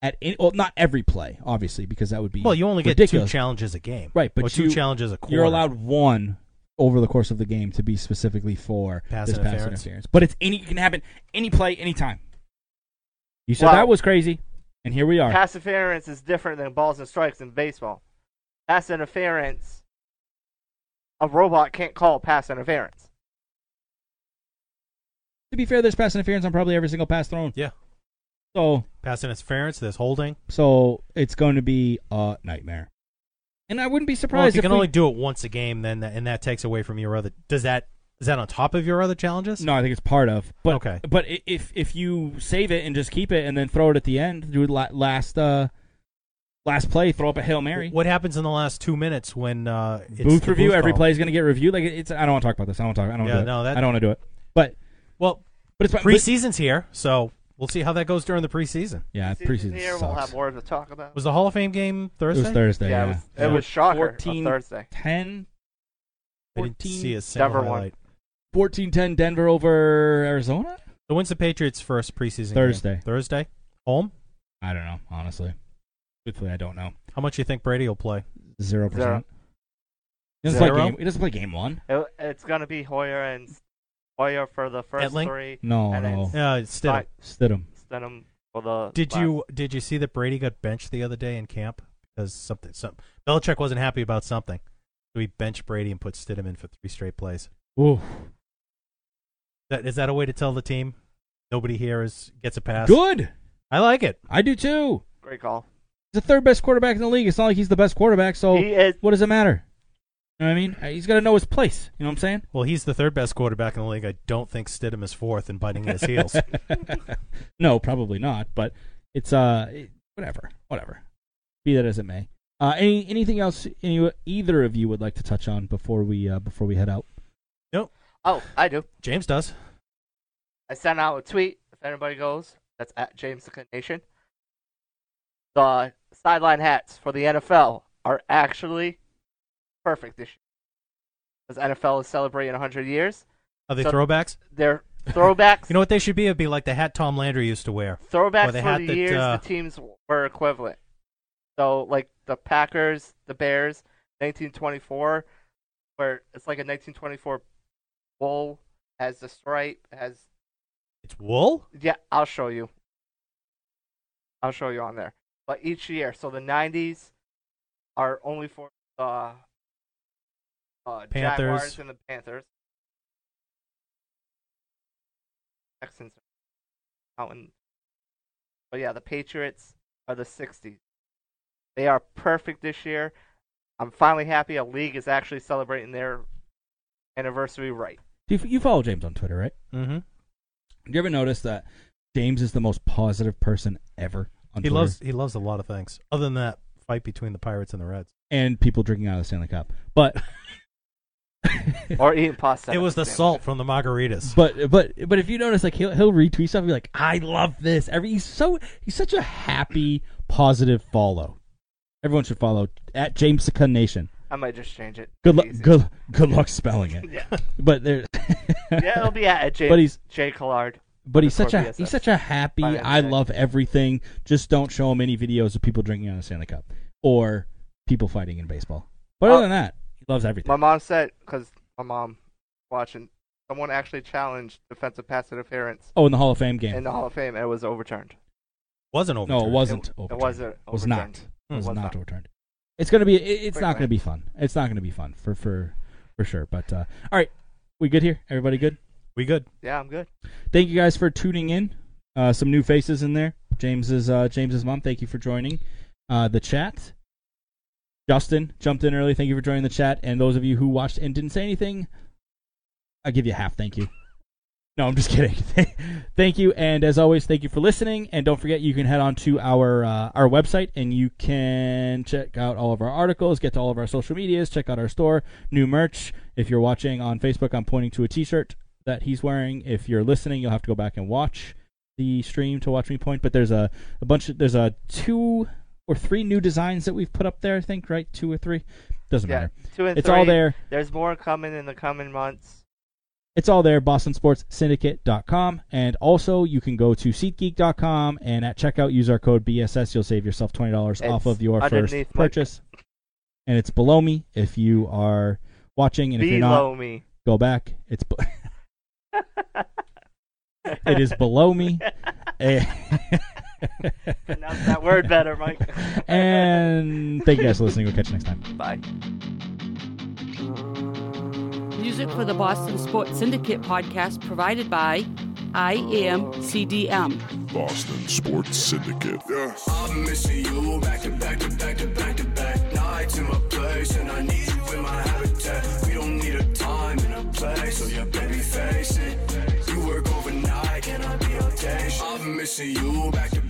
At any, well, not every play, obviously, because that would be
Well, you only get
ridiculous.
two challenges a game,
Right, but
or two
you-
challenges a quarter.
You're allowed one over the course of the game to be specifically for
Pass
this pass
interference.
interference. But it's any it can happen any play, anytime. You said
Well-
that was crazy, and here we are.
Pass interference is different than balls and strikes in baseball. Pass interference, a robot can't call pass interference.
to be fair, there's pass interference on probably every single pass thrown.
Yeah,
So
pass interference. There's holding.
so it's going to be a nightmare. And I wouldn't be surprised
Well, if you
if
can
we-
only do it once a game, then that, and that takes away from your other. Does that Is that on top of your other challenges?
No, I think it's part of. But
Okay.
but i- if if you save it and just keep it and then throw it at the end, do it la- last uh last play, throw up a hail mary.
What happens in the last two minutes when uh, it's
booth
the
review.
booth
every
call?
play is going to get reviewed. Like it's. I don't want to talk about this. I don't want to talk. I don't. wanna
Yeah,
do it.
no, that-
I don't want to do it. But
Well,
but it's but-
preseason's here, so we'll see how that goes during the preseason.
yeah,
Season
preseason
here,
sucks.
we'll have more to talk about.
Was the Hall of Fame game
it
Thursday?
was Thursday. Yeah,
yeah, it was,
Yeah.
it was shocker.
14
on Thursday.
10,
I didn't
14
see a single
Denver won.
highlight.
14-10 Denver over Arizona.
So when's the Patriots' first preseason? game?
Thursday.
Thursday. Home.
I don't know. Honestly, truthfully, I don't know.
How much do you think Brady will play?
Zero percent. He doesn't
Zero?
play game. He doesn't play game one.
It, it's gonna be Hoyer and Hoyer for the first
Etling?
three.
No,
and
no.
then
Yeah, Uh, it's still.
Right.
Stidham.
Stenham for the.
Did
last.
you did you see that Brady got benched the other day in camp because something some Belichick wasn't happy about something, so he benched Brady and put Stidham in for three straight plays.
Ooh,
That is that a way to tell the team nobody here is gets a pass?
good.
I like it.
I do too.
Great call.
He's the third best quarterback in the league. It's not like he's the best quarterback.
Oh.
So
He is.
what does it matter? You know what I mean? Uh, He's got to know his place. You know what I'm saying?
Well, he's the third best quarterback in the league. I don't think Stidham is fourth and biting his heels.
no, probably not. But it's uh, it- whatever, whatever. Be that as it may. Uh, any anything else any either of you would like to touch on before we uh, before we head out?
Oh, I do.
James does.
I sent out a tweet. If anybody goes, that's at James the Nation. The sideline hats for the NFL are actually perfect this year. Because NFL is celebrating 100 years.
Are they
So-
throwbacks?
They're throwbacks.
You know what they should be? It'd be like the hat Tom Landry used to wear.
throwbacks
or the
for
hat
the
that,
years
uh,
the teams were equivalent. So, like the Packers, the Bears, 1924, where it's like a 1924 bull has the stripe, has
It's wool.
Yeah, I'll show you. I'll show you on there. But each year, so the '90s are only for the uh,
Panthers.
Jaguars and the Panthers. Texans are out in, but yeah, the Patriots are the '60s. They are perfect this year. I'm finally happy a league is actually celebrating their anniversary right.
Do you, you follow James on Twitter, right?
Mm-hmm.
Do you ever notice that James is the most positive person ever on
He
Twitter?
loves he loves a lot of things. Other than that fight between the Pirates and the Reds,
and people drinking out of the Stanley Cup, but
Or eating pasta.
it was the salt from the margaritas.
but but but if you notice, like he'll he'll retweet stuff and be like, "I love this." Every he's so he's such a happy, positive follow. Everyone should follow at James the Cun Nation.
I might just change it.
Good luck.
Easy.
Good good luck spelling it.
Yeah.
But there.
yeah, it'll be at Jay.
But he's-
Jay Collard.
But he's such
underscore
a
BSS.
he's such a happy.
Finance
I
guy.
love everything. Just don't show him any videos of people drinking out of Stanley Cup or people fighting in baseball. But
Uh,
other than that, he loves everything.
My mom said because my mom watching someone actually challenged defensive pass interference
Oh, in the Hall of Fame game.
in the Hall of Fame and it was overturned.
wasn't over.
no, it wasn't.
It- it
overturned.
wasn't
Was
overturned.
not.
Hmm.
was
Was
not,
not.
overturned. It's gonna be. It, it's
Wait,
not
wait.
gonna be fun. It's not gonna be fun for for for sure. But uh, all right, we good here. Everybody good.
We good.
Yeah, I'm good.
Thank you guys for tuning in. Uh, some new faces in there. James's uh, James's mom. Thank you for joining uh, the chat. Justin jumped in early. Thank you for joining the chat. And those of you who watched and didn't say anything, I give you half. Thank you. No, I'm just kidding. thank you, and as always, thank you for listening. And don't forget, you can head on to our uh, our website, and you can check out all of our articles, get to all of our social medias, check out our store, new merch. If you're watching on Facebook, I'm pointing to a T-shirt that he's wearing. If you're listening, you'll have to go back and watch the stream to watch me point. But there's a, a bunch of there's a two or three new designs that we've put up there. I think right, two or three. Doesn't
Yeah,
matter.
two and
It's
three.
all there.
There's more coming in the coming months.
It's all there, bostonsportssyndicate.com. And also, you can go to seatgeek.com and at checkout, use our code BSS. You'll save yourself $20 off
It's
of your first
underneath my-
purchase. And it's below me if you are watching. And if you're not,
Below me.
go back. It's be- It is below me. Eh.
Pronounce that word better, Mike.
and thank you guys for listening. We'll catch you next time.
Bye.
Music for the Boston Sports Syndicate podcast provided by IMCDM.
Boston Sports Syndicate.
I'm missing you back to back to back to back to back. Nights in my place, and I need you in my habitat. We don't need a time and a place. play, so yeah, baby, face it. You work overnight, can I be your patient? I'm missing you back to